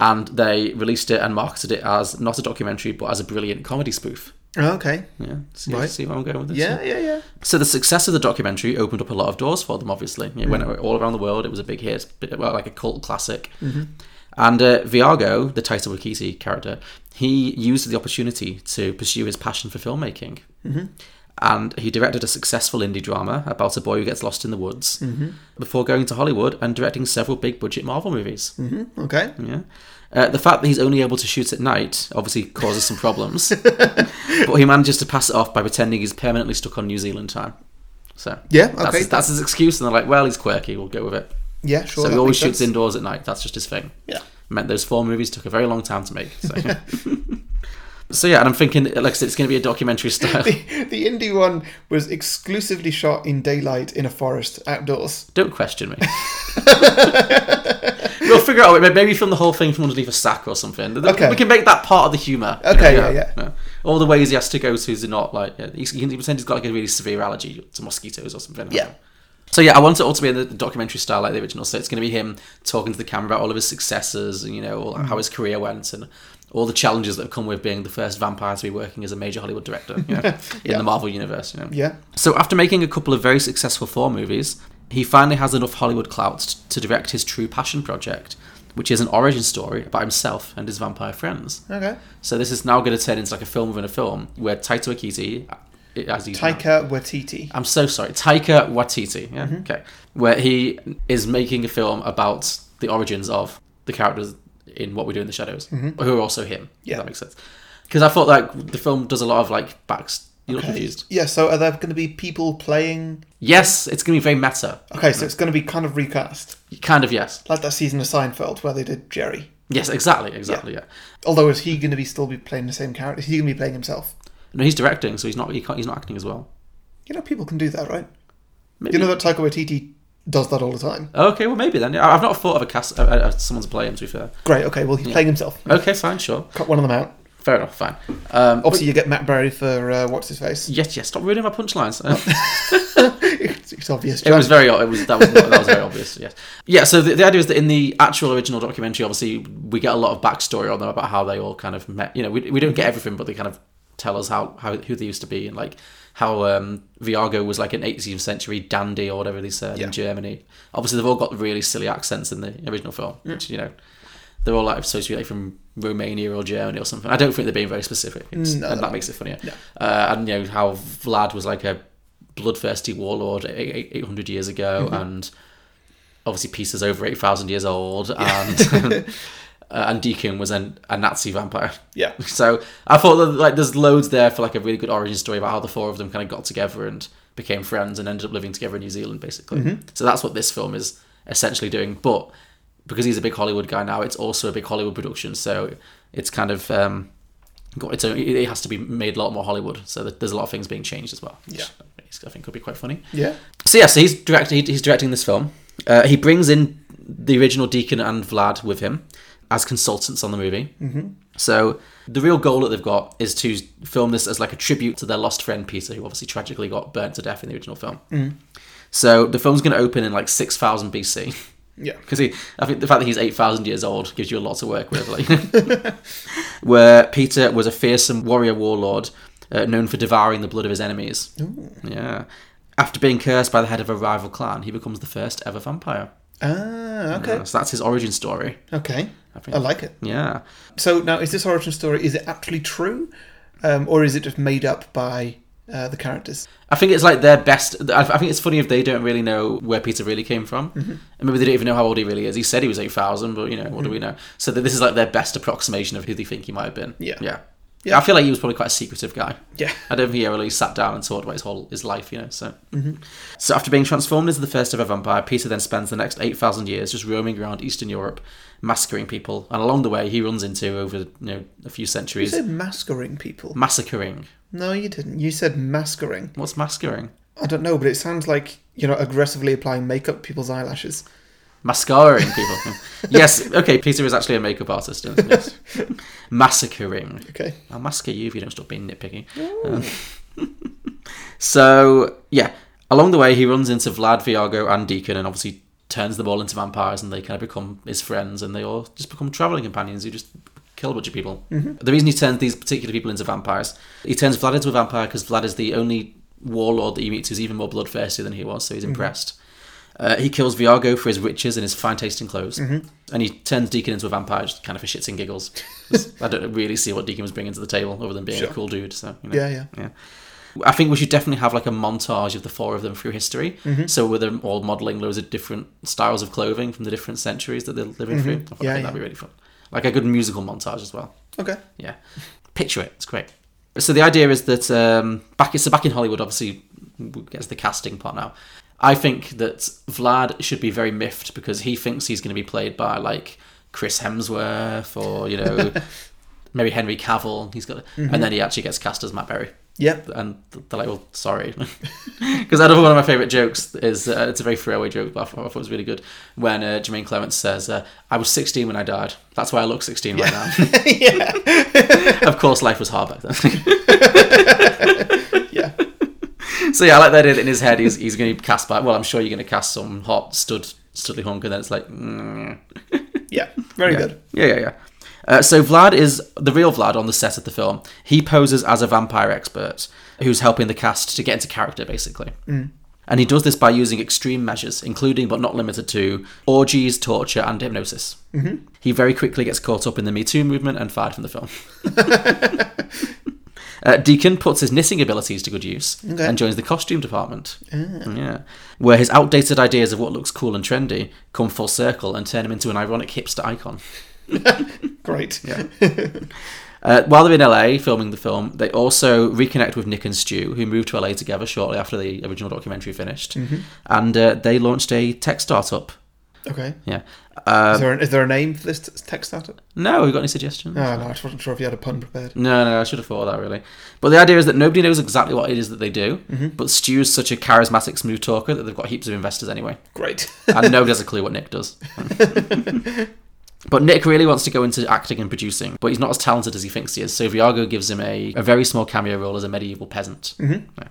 Speaker 2: and they released it and marketed it as not a documentary, but as a brilliant comedy spoof.
Speaker 1: Oh, okay.
Speaker 2: Yeah. See,
Speaker 1: Right.
Speaker 2: see where I'm going with this?
Speaker 1: Yeah, yeah, yeah.
Speaker 2: So the success of the documentary opened up a lot of doors for them. Obviously, it went
Speaker 1: Mm.
Speaker 2: all around the world. It was a big hit, bit- well, like a cult classic.
Speaker 1: Mhm.
Speaker 2: And uh, Viago, the Taika Waititi character, he used the opportunity to pursue his passion for filmmaking.
Speaker 1: Mhm.
Speaker 2: And he directed a successful indie drama about a boy who gets lost in the woods
Speaker 1: Mhm.
Speaker 2: before going to Hollywood and directing several big budget Marvel movies.
Speaker 1: Mhm, okay.
Speaker 2: Yeah. Uh, the fact that he's only able to shoot at night obviously causes some problems,
Speaker 1: (laughs)
Speaker 2: but he manages to pass it off by pretending he's permanently stuck on New Zealand time. So
Speaker 1: Yeah,
Speaker 2: that's,
Speaker 1: okay.
Speaker 2: his, that's his excuse, and they're like, "Well, he's quirky. We'll go with it."
Speaker 1: Yeah, sure,
Speaker 2: So he
Speaker 1: that
Speaker 2: always
Speaker 1: makes
Speaker 2: shoots
Speaker 1: sense.
Speaker 2: indoors at night. That's just his thing.
Speaker 1: Yeah. (laughs)
Speaker 2: meant those four movies took a very long time to make. So, (laughs) so yeah, and I'm thinking, like I said, it's going to be a
Speaker 1: (laughs)
Speaker 2: documentary style.
Speaker 1: The indie one was exclusively shot in daylight in a forest outdoors.
Speaker 2: Don't question me. (laughs) we'll figure out. Maybe film the whole thing from underneath a sack or something.
Speaker 1: Okay.
Speaker 2: We can make that part of the humour.
Speaker 1: Okay, yeah, yeah.
Speaker 2: All the ways he has to go to is not like yeah, he can pretend he's got like a really severe allergy to mosquitoes or something.
Speaker 1: Yeah.
Speaker 2: So yeah, I want it all to be in the documentary style like the original. So it's going to be him talking to the camera about all of his successes and you know all,
Speaker 1: Mm.
Speaker 2: how his career went and all the challenges that have come with being the first vampire to be working as a major Hollywood director
Speaker 1: (laughs)
Speaker 2: you know, in
Speaker 1: Yeah.
Speaker 2: the Marvel universe. You know.
Speaker 1: Yeah.
Speaker 2: So after making a couple of very successful four movies, he finally has enough Hollywood clout to direct his true passion project, which is an origin story about himself and his vampire friends.
Speaker 1: Okay.
Speaker 2: So this is now going to turn into like a film within a film where Taito Akiti, as he's now-
Speaker 1: Taika Waititi.
Speaker 2: I'm so sorry. Taika Waititi. Yeah.
Speaker 1: Mhm.
Speaker 2: Okay. Where he is making a film about the origins of the characters in What We Do in the Shadows,
Speaker 1: Mhm.
Speaker 2: who are also him. Yeah.
Speaker 1: Yeah.
Speaker 2: That makes sense. Because I thought like the film does a lot of like backs. You look
Speaker 1: Okay.
Speaker 2: confused.
Speaker 1: Yeah, so are there going to be people playing?
Speaker 2: Yes, it's going to be very meta.
Speaker 1: Okay, so it's going to be kind of recast.
Speaker 2: Kind of yes.
Speaker 1: Like that season of Seinfeld where they did Jerry.
Speaker 2: Yes, exactly, exactly, yeah.
Speaker 1: Although is he going to be still be playing the same character? Is he going to be playing himself?
Speaker 2: No, he's directing, so he's not. He can't, he's not acting as well.
Speaker 1: You know, people can do that, right?
Speaker 2: Maybe.
Speaker 1: You know that Taika Waititi does that all the time.
Speaker 2: Okay, well maybe then. Yeah, I- I've not thought of a cast. Uh, uh, someone to play him. To be fair.
Speaker 1: Great. Okay. Well, he's
Speaker 2: Yeah.
Speaker 1: playing himself.
Speaker 2: Okay, fine, sure.
Speaker 1: Cut one of them out.
Speaker 2: Fair enough. Fine. Um,
Speaker 1: Obviously, you get Matt Berry for uh, what's his face.
Speaker 2: Yes, yes. Stop ruining my punchlines.
Speaker 1: (laughs)
Speaker 2: (laughs)
Speaker 1: it's, it's obvious.
Speaker 2: It was very. o- It was that was that was very obvious. (laughs) Yes. Yeah. So the, the idea is that in the actual original documentary, obviously we get a lot of backstory on them about how they all kind of met. You know, we, we don't get everything, but they kind of tell us how, how who they used to be and like how um, Viago was like an 18th century dandy or whatever they said
Speaker 1: Yeah.
Speaker 2: in Germany. Obviously, they've all got really silly accents in the original film,
Speaker 1: Yeah.
Speaker 2: which you know they're all like associated from Romania or Germany or something. I don't think they're being very specific, It's-
Speaker 1: No, no.
Speaker 2: and that makes it funnier.
Speaker 1: Yeah.
Speaker 2: Uh, and you know how Vlad was like a bloodthirsty warlord eight hundred years ago,
Speaker 1: Mhm.
Speaker 2: and obviously Peter's over eight thousand years old, and
Speaker 1: (laughs)
Speaker 2: uh, and Deacon was an, a Nazi vampire. (laughs)
Speaker 1: Yeah.
Speaker 2: So I thought that like there's loads there for like a really good origin story about how the four of them kind of got together and became friends and ended up living together in New Zealand, basically.
Speaker 1: Mhm.
Speaker 2: So that's what this film is essentially doing, but because he's a big Hollywood guy now, it's also a big Hollywood production. So it's kind of um, got its own. It has to be made a lot more Hollywood. So that there's a lot of things being changed as well. Yeah, I think could be quite funny.
Speaker 1: Yeah.
Speaker 2: So yeah, so he's directing. He's directing this film. Uh, he brings in the original Deacon and Vlad with him as consultants on the movie.
Speaker 1: Mhm.
Speaker 2: So the real goal that they've got is to film this as like a tribute to their lost friend Peter, who obviously tragically got burnt to death in the original film.
Speaker 1: Mm.
Speaker 2: So the film's going to open in like six thousand (laughs) BC.
Speaker 1: Yeah.
Speaker 2: because he, I think the fact that he's eight thousand years old gives you a lot to work with. Like, (laughs) where Peter was a fearsome warrior warlord uh, known for devouring the blood of his enemies.
Speaker 1: Ooh.
Speaker 2: Yeah. After being cursed by the head of a rival clan, he becomes the first ever vampire.
Speaker 1: Ah. Okay.
Speaker 2: Yeah, so that's his origin story.
Speaker 1: Okay. I,
Speaker 2: think-
Speaker 1: like it.
Speaker 2: Yeah.
Speaker 1: So now, is this origin story is it actually true, um, or is it just made up by uh, the characters?
Speaker 2: I think it's like their best. I I think it's funny if they don't really know where Peter really came from,
Speaker 1: Mhm.
Speaker 2: and maybe they don't even know how old he really is. He said he was eight thousand, but you know what do
Speaker 1: Mhm.
Speaker 2: we know? So that this is like their best approximation of who they think he might have been.
Speaker 1: Yeah.
Speaker 2: yeah,
Speaker 1: Yeah.
Speaker 2: I feel like he was probably quite a secretive guy.
Speaker 1: Yeah.
Speaker 2: I don't think he ever really sat down and thought about his whole his life. You know, so
Speaker 1: Mhm.
Speaker 2: so after being transformed into the first ever vampire, Peter then spends the next eight thousand years just roaming around Eastern Europe, massacring people, and along the way he runs into over you know a few
Speaker 1: You
Speaker 2: centuries
Speaker 1: said massacring people.
Speaker 2: massacring.
Speaker 1: No, you didn't. You said masquering.
Speaker 2: What's masquering?
Speaker 1: I don't know, but it sounds like you're not aggressively applying makeup to people's eyelashes.
Speaker 2: Mascaring people. (laughs) yes, okay, Peter is actually a makeup artist. Isn't he? Yes. Massacring.
Speaker 1: Okay.
Speaker 2: I'll massacre you if you don't stop being nitpicky. Um, so, yeah, along the way, he runs into Vlad, Viago, and Deacon, and obviously turns them all into vampires, and they kind of become his friends, and they all just become traveling companions who just kill a bunch of people.
Speaker 1: Mhm.
Speaker 2: The reason he turns these particular people into vampires, he turns Vlad into a vampire because Vlad is the only warlord that he meets who's even more bloodthirsty than he was, so he's
Speaker 1: Mhm.
Speaker 2: impressed. Uh, he kills Viago for his riches and his fine tasting clothes,
Speaker 1: Mhm.
Speaker 2: and he turns Deacon into a vampire just kind of for shits and giggles. (laughs) 'Cause I don't really see what Deacon was bringing to the table other than being
Speaker 1: Sure.
Speaker 2: a cool dude. So you know,
Speaker 1: Yeah, yeah.
Speaker 2: yeah. I think we should definitely have like a montage of the four of them through history.
Speaker 1: Mhm.
Speaker 2: So with them all modeling loads of different styles of clothing from the different centuries that they're living
Speaker 1: Mhm.
Speaker 2: through. I think
Speaker 1: Yeah, yeah.
Speaker 2: that'd be really fun. Like a good musical montage as well.
Speaker 1: Okay.
Speaker 2: Yeah. Picture it. It's great. So the idea is that um, back so back in Hollywood, obviously, w- gets the casting part now. I think that Vlad should be very miffed because he thinks he's going to be played by like Chris Hemsworth or you
Speaker 1: (laughs)
Speaker 2: know maybe Henry Cavill. He's got,
Speaker 1: Mhm.
Speaker 2: and then he actually gets cast as Matt Berry.
Speaker 1: Yep.
Speaker 2: And they're like, well, sorry. (laughs) Because another one of my favourite jokes is uh, it's a very throwaway joke, but I thought, I thought it was really good when uh, Jermaine Clements says, uh, "I was 16 when I died. That's why I look 16 right now." (laughs) of course, life was hard back then.
Speaker 1: yeah.
Speaker 2: So yeah, I like that idea that in his head he's, he's going to be cast by. Well, I'm sure you're going to cast some hot stud studly hunk, and then it's like, mm.
Speaker 1: Yeah, very
Speaker 2: Yeah.
Speaker 1: good.
Speaker 2: Yeah, yeah, yeah. Uh, so Vlad is the real Vlad on the set of the film. He poses as a vampire expert who's helping the cast to get into character, basically.
Speaker 3: Mm.
Speaker 2: And he does this by using extreme measures, including but not limited to orgies, torture, and hypnosis.
Speaker 1: Mm-hmm.
Speaker 3: Mhm.
Speaker 2: He very quickly gets caught up in the Me Too movement and fired from the film.
Speaker 1: (laughs)
Speaker 2: Uh, Deacon puts his knitting abilities to good use
Speaker 1: Okay.
Speaker 2: and joins the costume department.
Speaker 1: Ah.
Speaker 2: Yeah. Where his outdated ideas of what looks cool and trendy come full circle and turn him into an ironic hipster icon.
Speaker 1: Great.
Speaker 2: Yeah. Uh, while they're in LA filming the film, they also reconnect with Nick and Stu, who moved to LA together shortly after the original documentary finished.
Speaker 1: Mhm.
Speaker 2: And uh, they launched a tech startup.
Speaker 1: Okay.
Speaker 2: Yeah. Um,
Speaker 1: is, there a, is there a name for this t- tech startup?
Speaker 2: No, have you got any suggestions?
Speaker 1: Oh, no, I just wasn't sure if you had a pun prepared.
Speaker 2: No, no, I should have thought of that really. But the idea is that nobody knows exactly what it is that they do,
Speaker 1: Mhm.
Speaker 2: but Stu is such a charismatic, smooth talker that they've got heaps of investors anyway.
Speaker 1: Great.
Speaker 2: (laughs) and nobody has a clue what Nick
Speaker 1: (laughs)
Speaker 2: does. but Nick really wants to go into acting and producing, but he's not as talented as he thinks he is, so Viago gives him a, a very small cameo role as a medieval peasant.
Speaker 1: Mhm.
Speaker 2: Yeah.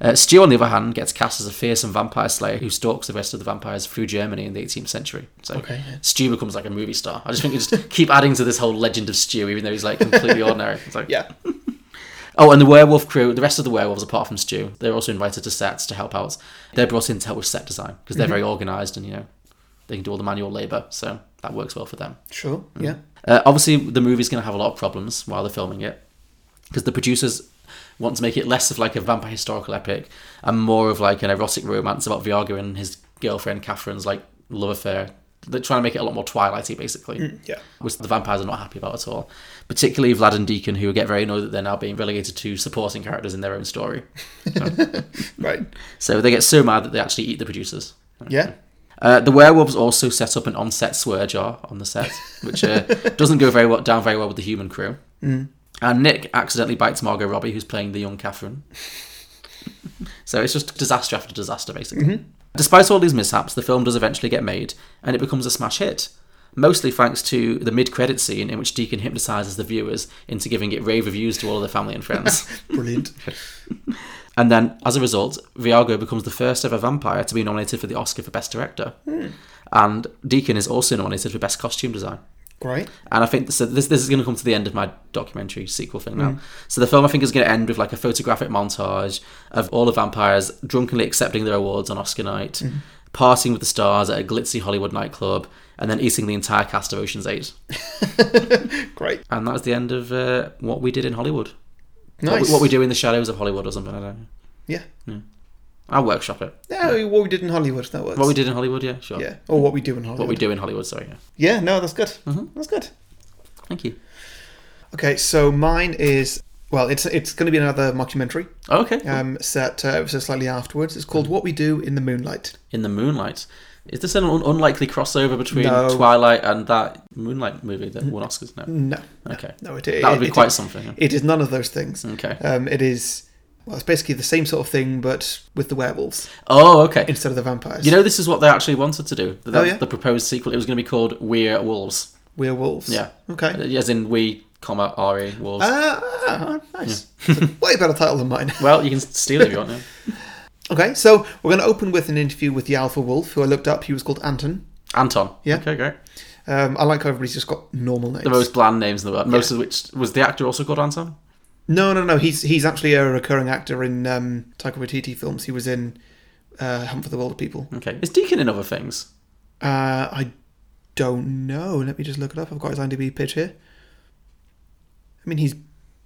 Speaker 2: Uh, Stu, on the other hand, gets cast as a fearsome vampire slayer who stalks the rest of the vampires through Germany in the 18th century. So
Speaker 1: Okay, yeah.
Speaker 2: Stu becomes like a movie star. I just think you just keep adding to this whole legend of Stu, even though he's like
Speaker 1: (laughs)
Speaker 2: completely ordinary. It's
Speaker 1: (laughs)
Speaker 2: like,
Speaker 1: yeah.
Speaker 2: Oh, and the werewolf crew, the rest of the werewolves apart from Stu, they're also invited to sets to help out. They're brought in to help with set design because they're
Speaker 1: Mhm.
Speaker 2: very organised and you know they can do all the manual labour, so that works well for them.
Speaker 1: Sure,
Speaker 2: Mm.
Speaker 1: yeah.
Speaker 2: Uh, obviously, the movie's going to have a lot of problems while they're filming it because the producers want to make it less of like a vampire historical epic and more of like an erotic romance about Viago and his girlfriend Catherine's like love affair. They're trying to make it a lot more Twilighty, basically.
Speaker 1: Mm, yeah.
Speaker 2: Which the vampires are not happy about at all. Particularly Vlad and Deacon, who get very annoyed that they're now being relegated to supporting characters in their own story.
Speaker 1: right.
Speaker 2: So they get so mad that they actually eat the producers.
Speaker 1: Yeah.
Speaker 2: Uh, the werewolves also set up an on-set swear jar on the set, which uh, doesn't go very well down very well with the human crew.
Speaker 1: Mm.
Speaker 2: And Nick accidentally bites Margot Robbie, who's playing the young Catherine. so it's just disaster after disaster, basically.
Speaker 1: Mhm.
Speaker 2: Despite all these mishaps, the film does eventually get made, and it becomes a smash hit. Mostly thanks to the mid-credit scene in which Deacon hypnotizes the viewers into giving it rave reviews to all of their family and friends. (laughs)
Speaker 1: Brilliant.
Speaker 2: And then, as a result, Viago becomes the first ever vampire to be nominated for the Oscar for Best Director.
Speaker 1: Hmm.
Speaker 2: And Deacon is also nominated for Best Costume Design.
Speaker 1: Great.
Speaker 2: And I think so. This this is going to come to the end of my documentary sequel thing now.
Speaker 1: Hmm.
Speaker 2: So the film I think is going to end with like a photographic montage of all the vampires drunkenly accepting their awards on Oscar night,
Speaker 1: Mhm.
Speaker 2: partying with the stars at a glitzy Hollywood nightclub, and then eating the entire cast of Ocean's Eight.
Speaker 1: Great.
Speaker 2: And that was the end of uh, what we did in Hollywood. What we- What,
Speaker 1: Nice.
Speaker 2: we, do in the shadows of Hollywood or something. I don't know.
Speaker 1: Yeah.
Speaker 2: I'll workshop it.
Speaker 1: Yeah, what we did in Hollywood, that works.
Speaker 2: What we did in Hollywood, yeah, sure.
Speaker 1: Yeah, or what we do in
Speaker 2: What we
Speaker 1: Hollywood.
Speaker 2: do Mm-hmm. in Hollywood, sorry. Yeah.
Speaker 1: Yeah, no, that's good. That's good.
Speaker 2: Thank you.
Speaker 1: Okay, so mine is well, it's it's going to be another mockumentary.
Speaker 2: Okay. Mm-hmm.
Speaker 1: Um, set uh, so slightly afterwards. It's called What We Do in the Moonlight.
Speaker 2: In the Moonlight. Is this an un- unlikely crossover between
Speaker 1: No.
Speaker 2: Twilight and that Moonlight movie that won Oscars? No.
Speaker 1: No. no,
Speaker 2: Okay.
Speaker 1: No, it,
Speaker 2: that would be
Speaker 1: it-
Speaker 2: quite
Speaker 1: it-
Speaker 2: something.
Speaker 1: It is none of those things.
Speaker 2: Okay.
Speaker 1: Um, it is. Well, it's basically the same sort of thing, but with the werewolves.
Speaker 2: Oh, okay.
Speaker 1: Instead of the vampires.
Speaker 2: You know, this is what they actually wanted to do. The,
Speaker 1: Oh, yeah?
Speaker 2: the proposed sequel. It was going to be called We're Wolves.
Speaker 1: We're Wolves.
Speaker 2: Yeah. Uh,
Speaker 1: Okay.
Speaker 2: As in we, comma re wolves.
Speaker 1: Ah, nice.
Speaker 2: (laughs)
Speaker 1: It's a way better title than mine.
Speaker 2: Well, you can steal it if you want.
Speaker 1: (laughs)
Speaker 2: Yeah.
Speaker 1: Okay, so we're going to open with an interview with the Alpha Wolf, who I looked up. He was called Anton.
Speaker 2: Anton.
Speaker 1: Yeah.
Speaker 2: Okay, great.
Speaker 1: Um, I like how everybody's just got normal names.
Speaker 2: The most bland names in the world. Most of which was the actor also called Anton.
Speaker 1: No, no, no. He's he's actually a recurring actor in um, Taika Waititi films. He was in uh, Hunt for the Wilder People.
Speaker 2: Okay. Is Deacon in other things?
Speaker 1: Uh, I don't know. Let me just look it up. I've got his IMDb page here. I mean, he's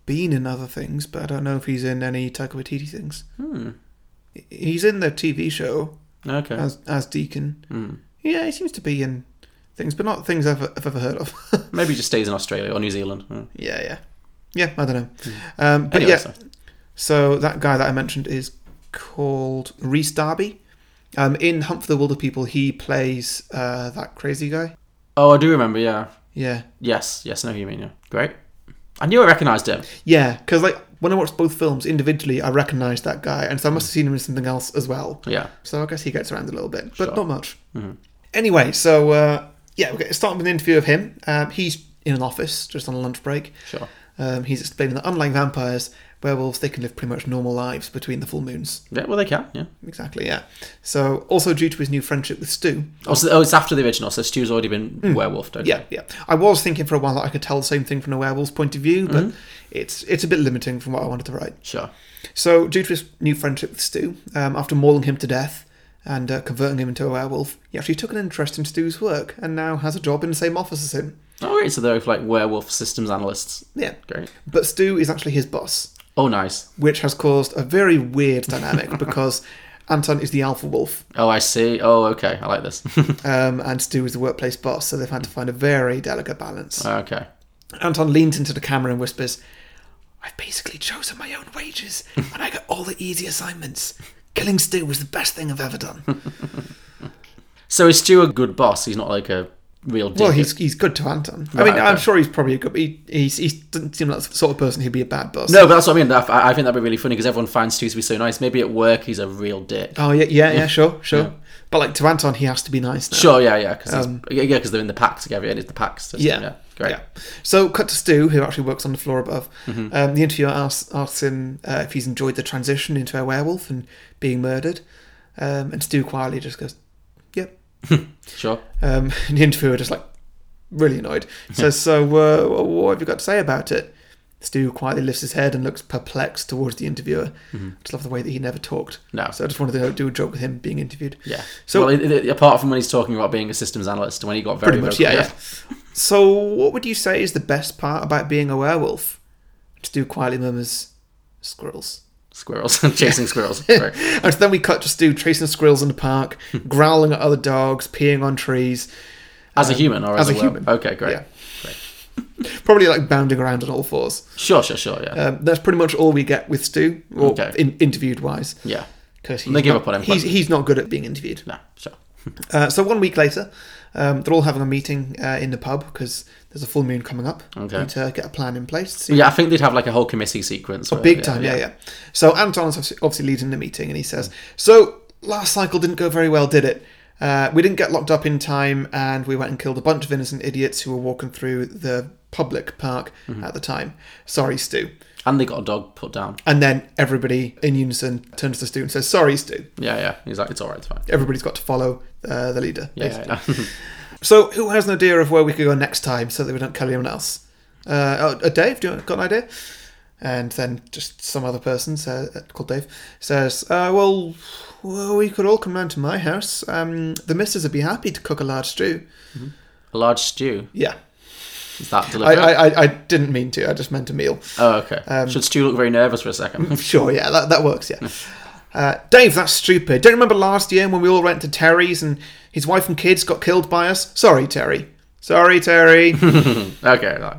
Speaker 1: been in other things, but I don't know if he's in any Taika Waititi things.
Speaker 2: Hmm.
Speaker 1: He's in the TV show.
Speaker 2: Okay.
Speaker 1: As as Deacon.
Speaker 2: Hmm.
Speaker 1: Yeah, he seems to be in things, but not things I've, I've ever heard of. (laughs)
Speaker 2: Maybe he just stays in Australia or New Zealand. Hmm.
Speaker 1: Yeah, yeah. Yeah, I don't know. Um, but
Speaker 2: Anyway,
Speaker 1: yeah,
Speaker 2: so-
Speaker 1: so that guy that I mentioned is called Reese Darby. Um, in Hunt for the Wilder People, he plays uh, that crazy guy.
Speaker 2: Oh, I do remember. Yeah.
Speaker 1: Yeah.
Speaker 2: Yes. Yes. I know who you mean. Yeah. Great. I knew I recognised him.
Speaker 1: Yeah, because like when I watched both films individually, I recognised that guy, and so I must have seen him in something else as well.
Speaker 2: Yeah.
Speaker 1: So I guess he gets around a little bit, but
Speaker 2: Sure.
Speaker 1: not much.
Speaker 2: Mhm.
Speaker 1: Anyway, so uh, yeah, we're starting with an interview of him. Um, he's in an office just on a lunch break.
Speaker 2: Sure.
Speaker 1: Um, he's explaining that unlike vampires, werewolves they can live pretty much normal lives between the full moons.
Speaker 2: Yeah. Well, they can. Yeah.
Speaker 1: Exactly. Yeah. So also due to his new friendship with Stu.
Speaker 2: Also, oh, it's after the original, so Stu's already been
Speaker 1: Mm.
Speaker 2: werewolf. Okay.
Speaker 1: Yeah, yeah. I was thinking for a while that I could tell the same thing from a werewolf's point of view, but
Speaker 2: Mhm.
Speaker 1: it's it's a bit limiting from what I wanted to write.
Speaker 2: Sure.
Speaker 1: So, due to his new friendship with Stu, um, after mauling him to death and uh, converting him into a werewolf, he actually took an interest in Stu's work and now has a job in the same office as him.
Speaker 2: Oh, great. So they're like werewolf systems analysts.
Speaker 1: Yeah.
Speaker 2: Great.
Speaker 1: But Stu is actually his boss.
Speaker 2: Oh, nice.
Speaker 1: Which has caused a very weird dynamic because Anton is the alpha wolf
Speaker 2: Oh, I see. Oh, okay. I like this. (laughs)
Speaker 1: um, and Stu is the workplace boss, so they've had to find a very delicate balance.
Speaker 2: okay.
Speaker 1: Anton leans into the camera and whispers, I've basically chosen my own wages and I get all the easy assignments. Killing Stu was the best thing I've ever done.
Speaker 2: So is Stu a good boss? He's not like a real. Dick.
Speaker 1: Well, he's he's good to Anton. I mean,
Speaker 2: Right,
Speaker 1: I'm
Speaker 2: okay.
Speaker 1: sure he's probably a good. He he's, he doesn't seem like the sort of person who'd be a bad boss.
Speaker 2: No, but that's what I mean. That- I I think that'd be really funny because everyone finds Stu to be so nice. Maybe at work he's a real dick.
Speaker 1: Oh yeah, yeah, yeah. Sure, sure.
Speaker 2: Yeah.
Speaker 1: But like to Anton, he has to be nice. Now.
Speaker 2: Sure, yeah, yeah, because
Speaker 1: Um,
Speaker 2: yeah, yeah, 'cause they're in the pack together. It is the pack system.
Speaker 1: Yeah.
Speaker 2: Yeah, great.
Speaker 1: Yeah. So cut to Stu, who actually works on the floor above.
Speaker 2: Mhm.
Speaker 1: Um, the interviewer asks, asks him uh, if he's enjoyed the transition into a werewolf and being murdered, um, and Stu quietly just goes, "Yep."
Speaker 2: Sure.
Speaker 1: Um, (laughs) and the interviewer just like really annoyed says, "So uh, wh- what have you got to say about it?" Stu quietly lifts his head and looks perplexed towards the interviewer.
Speaker 2: Mhm.
Speaker 1: I just love the way that he never talked.
Speaker 2: No.
Speaker 1: So I just wanted to do a joke with him being interviewed.
Speaker 2: Yeah.
Speaker 1: So
Speaker 2: So well, it- it- apart from when he's talking about being a systems analyst, when he got very
Speaker 1: pretty much,
Speaker 2: vocal-
Speaker 1: yeah, yeah. so what would you say is the best part about being a werewolf? Stu quietly murmurs, "Squirrels."
Speaker 2: Squirrels, (laughs) chasing squirrels.
Speaker 1: (laughs)
Speaker 2: Right.
Speaker 1: and so then we cut to Stu chasing squirrels in the
Speaker 2: (laughs)
Speaker 1: park, growling at other dogs, peeing on trees.
Speaker 2: As a
Speaker 1: Um,
Speaker 2: human or
Speaker 1: as
Speaker 2: as,
Speaker 1: a
Speaker 2: werewolf?
Speaker 1: human?
Speaker 2: Okay, great.
Speaker 1: Yeah. Probably like bounding around on all fours.
Speaker 2: Sure, sure, sure. Yeah.
Speaker 1: Um, that's pretty much all we get with Stu, or
Speaker 2: Okay.
Speaker 1: in, interviewed wise.
Speaker 2: Yeah.
Speaker 1: because
Speaker 2: They give up on him
Speaker 1: He's,
Speaker 2: quite-
Speaker 1: he's not good at being interviewed.
Speaker 2: No, sure.
Speaker 1: uh, so one week later, um, they're all having a meeting uh, in the pub because there's a full moon coming up.
Speaker 2: Okay.
Speaker 1: Need to get a plan in place. See
Speaker 2: yeah, I think they'd have like a whole committee sequence.
Speaker 1: Oh,
Speaker 2: where-
Speaker 1: big time, yeah, yeah. So Anton's obviously- obviously leading the meeting, and he says, "So last cycle didn't go very well, did it? Uh, we didn't get locked up in time, and we went and killed a bunch of innocent idiots who were walking through the public park
Speaker 2: Mhm.
Speaker 1: at the time. Sorry, Stu."
Speaker 2: And they got a dog put down.
Speaker 1: And then everybody in unison turns to Stu and says, "Sorry, Stu."
Speaker 2: Yeah, yeah. He's like, it's all right, it's fine.
Speaker 1: Everybody's got to follow uh, the leader.
Speaker 2: Yeah, yeah, (laughs)
Speaker 1: basically. so who has an idea of where we could go next time so that we don't kill anyone else? Uh, oh, uh, Dave, do you got an idea? And then just some other person says, called Dave says, uh, well, well, we could all come round to my house. Um, the missus would be happy to cook a large stew.
Speaker 2: A large stew.
Speaker 1: Yeah.
Speaker 2: Is that
Speaker 1: I,
Speaker 2: deliberate?
Speaker 1: I, I, I didn't mean to. I just meant a meal.
Speaker 2: Oh, okay.
Speaker 1: Um,
Speaker 2: Should Stu look very nervous for a second? (laughs)
Speaker 1: Sure, yeah, that, that works, yeah. Uh, Dave, that's stupid. Don't you remember last year when we all went to Terry's and his wife and kids got killed by us? Sorry, Terry. Sorry, Terry.
Speaker 2: (laughs) okay. Right.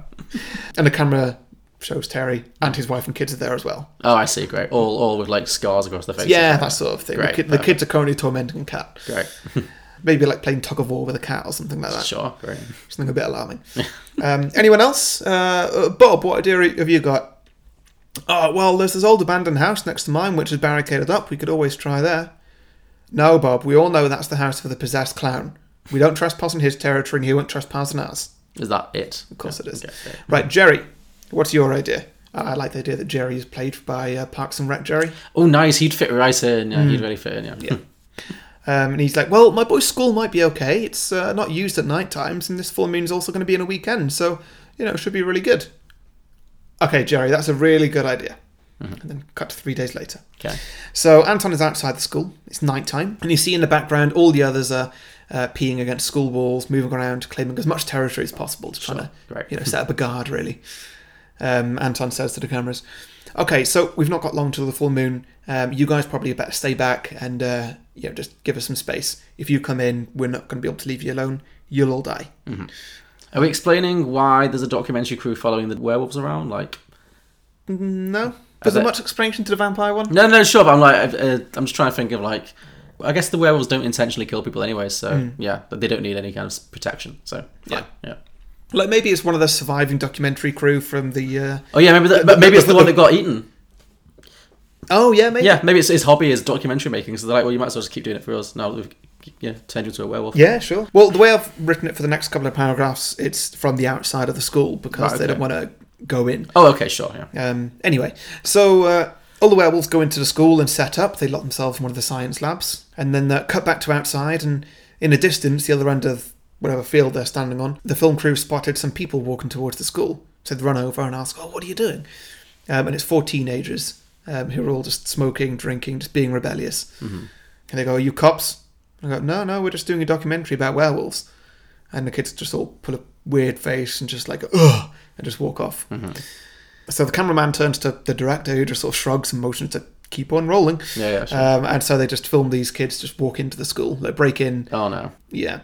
Speaker 1: And the camera shows Terry and his wife and kids are there as well.
Speaker 2: Oh, I see. Great. All, all with like scars across the face.
Speaker 1: yeah, that sort of thing.
Speaker 2: Great.
Speaker 1: the, kid, the kids are currently tormenting a cat.
Speaker 2: Great.
Speaker 1: Maybe like playing tug of war with a cat or something like that.
Speaker 2: Sure, great.
Speaker 1: Something a bit alarming. (laughs) um, anyone else? Uh, uh, Bob, what idea have you got? Oh, well, there's this old abandoned house next to mine which is barricaded up. We could always try there. No, Bob, we all know that's the house for the possessed clown. We don't trespass on his territory and he won't trespass on ours.
Speaker 2: Is that it?
Speaker 1: Of course it is. Right, Jerry, what's your idea? I I like the idea that Jerry is played by uh, Parks and Rec Jerry.
Speaker 2: Oh, nice. He'd fit right in. Yeah, he'd
Speaker 1: Mm.
Speaker 2: really fit in. Hmm. Yeah.
Speaker 1: Um, and he's like, well, my boy's school might be okay. It's uh, not used at night times, and this full moon's also going to be in a weekend, so, you know, it should be really good. Okay, Jerry, that's a really good idea. And then cut to three days later.
Speaker 2: (laughs) Okay.
Speaker 1: So Anton is outside the school. It's nighttime, and you see in the background all the others are uh, peeing against school walls, moving around, claiming as much territory as possible, just trying to
Speaker 2: Great.
Speaker 1: you know set up a guard. Really, um, Anton says to the cameras, "Okay, so we've not got long till the full moon. Um, you guys probably better stay back and uh, you know just give us some space. If you come in, we're not going to be able to leave you alone. You'll all die."
Speaker 2: Mhm. Are we explaining why there's a documentary crew following the werewolves around? Like,
Speaker 1: No, was
Speaker 2: bet-
Speaker 1: there much explanation to the vampire one?
Speaker 2: no, no, sure. But I'm like, uh, I'm just trying to think of like, I guess the werewolves don't intentionally kill people anyway, so
Speaker 1: Mm.
Speaker 2: yeah, but they don't need any kind of protection. So fine. Hmm. yeah.
Speaker 1: Like maybe it's one of the surviving documentary crew from the. Uh,
Speaker 2: Oh yeah, maybe the, but maybe it's the one that got eaten.
Speaker 1: Oh yeah, maybe.
Speaker 2: (laughs) Yeah, maybe it's his hobby is documentary making. So they're like, well, you might as well just keep doing it for us. Now that we've yeah, turned you into a werewolf.
Speaker 1: Yeah, sure. Well, the way I've written it for the next couple of paragraphs, it's from the outside of the school because
Speaker 2: Right,
Speaker 1: they don't
Speaker 2: okay.
Speaker 1: want to go in.
Speaker 2: Oh, okay, sure. Yeah.
Speaker 1: Um, anyway, so uh, all the werewolves go into the school and set up. They lock themselves in one of the science labs, and then uh, cut back to outside. And in the distance, the other end of whatever field they're standing on, the film crew spotted some people walking towards the school. So they run over and ask, "Oh, what are you doing?" Um, and it's four teenagers um, who are all just smoking, drinking, just being rebellious.
Speaker 2: Mm-hmm.
Speaker 3: Mhm.
Speaker 1: And they go, Are you cops? And I go, No, no, we're just doing a documentary about werewolves. And the kids just all pull a weird face and just like, Ugh, and just walk off.
Speaker 2: Mm-hmm.
Speaker 1: So the cameraman turns to the director who just sort of shrugs and motions to keep on rolling.
Speaker 2: Yeah, yeah, sure.
Speaker 1: Um, and so they just film these kids just walk into the school, they break in.
Speaker 2: Oh, no.
Speaker 1: Yeah.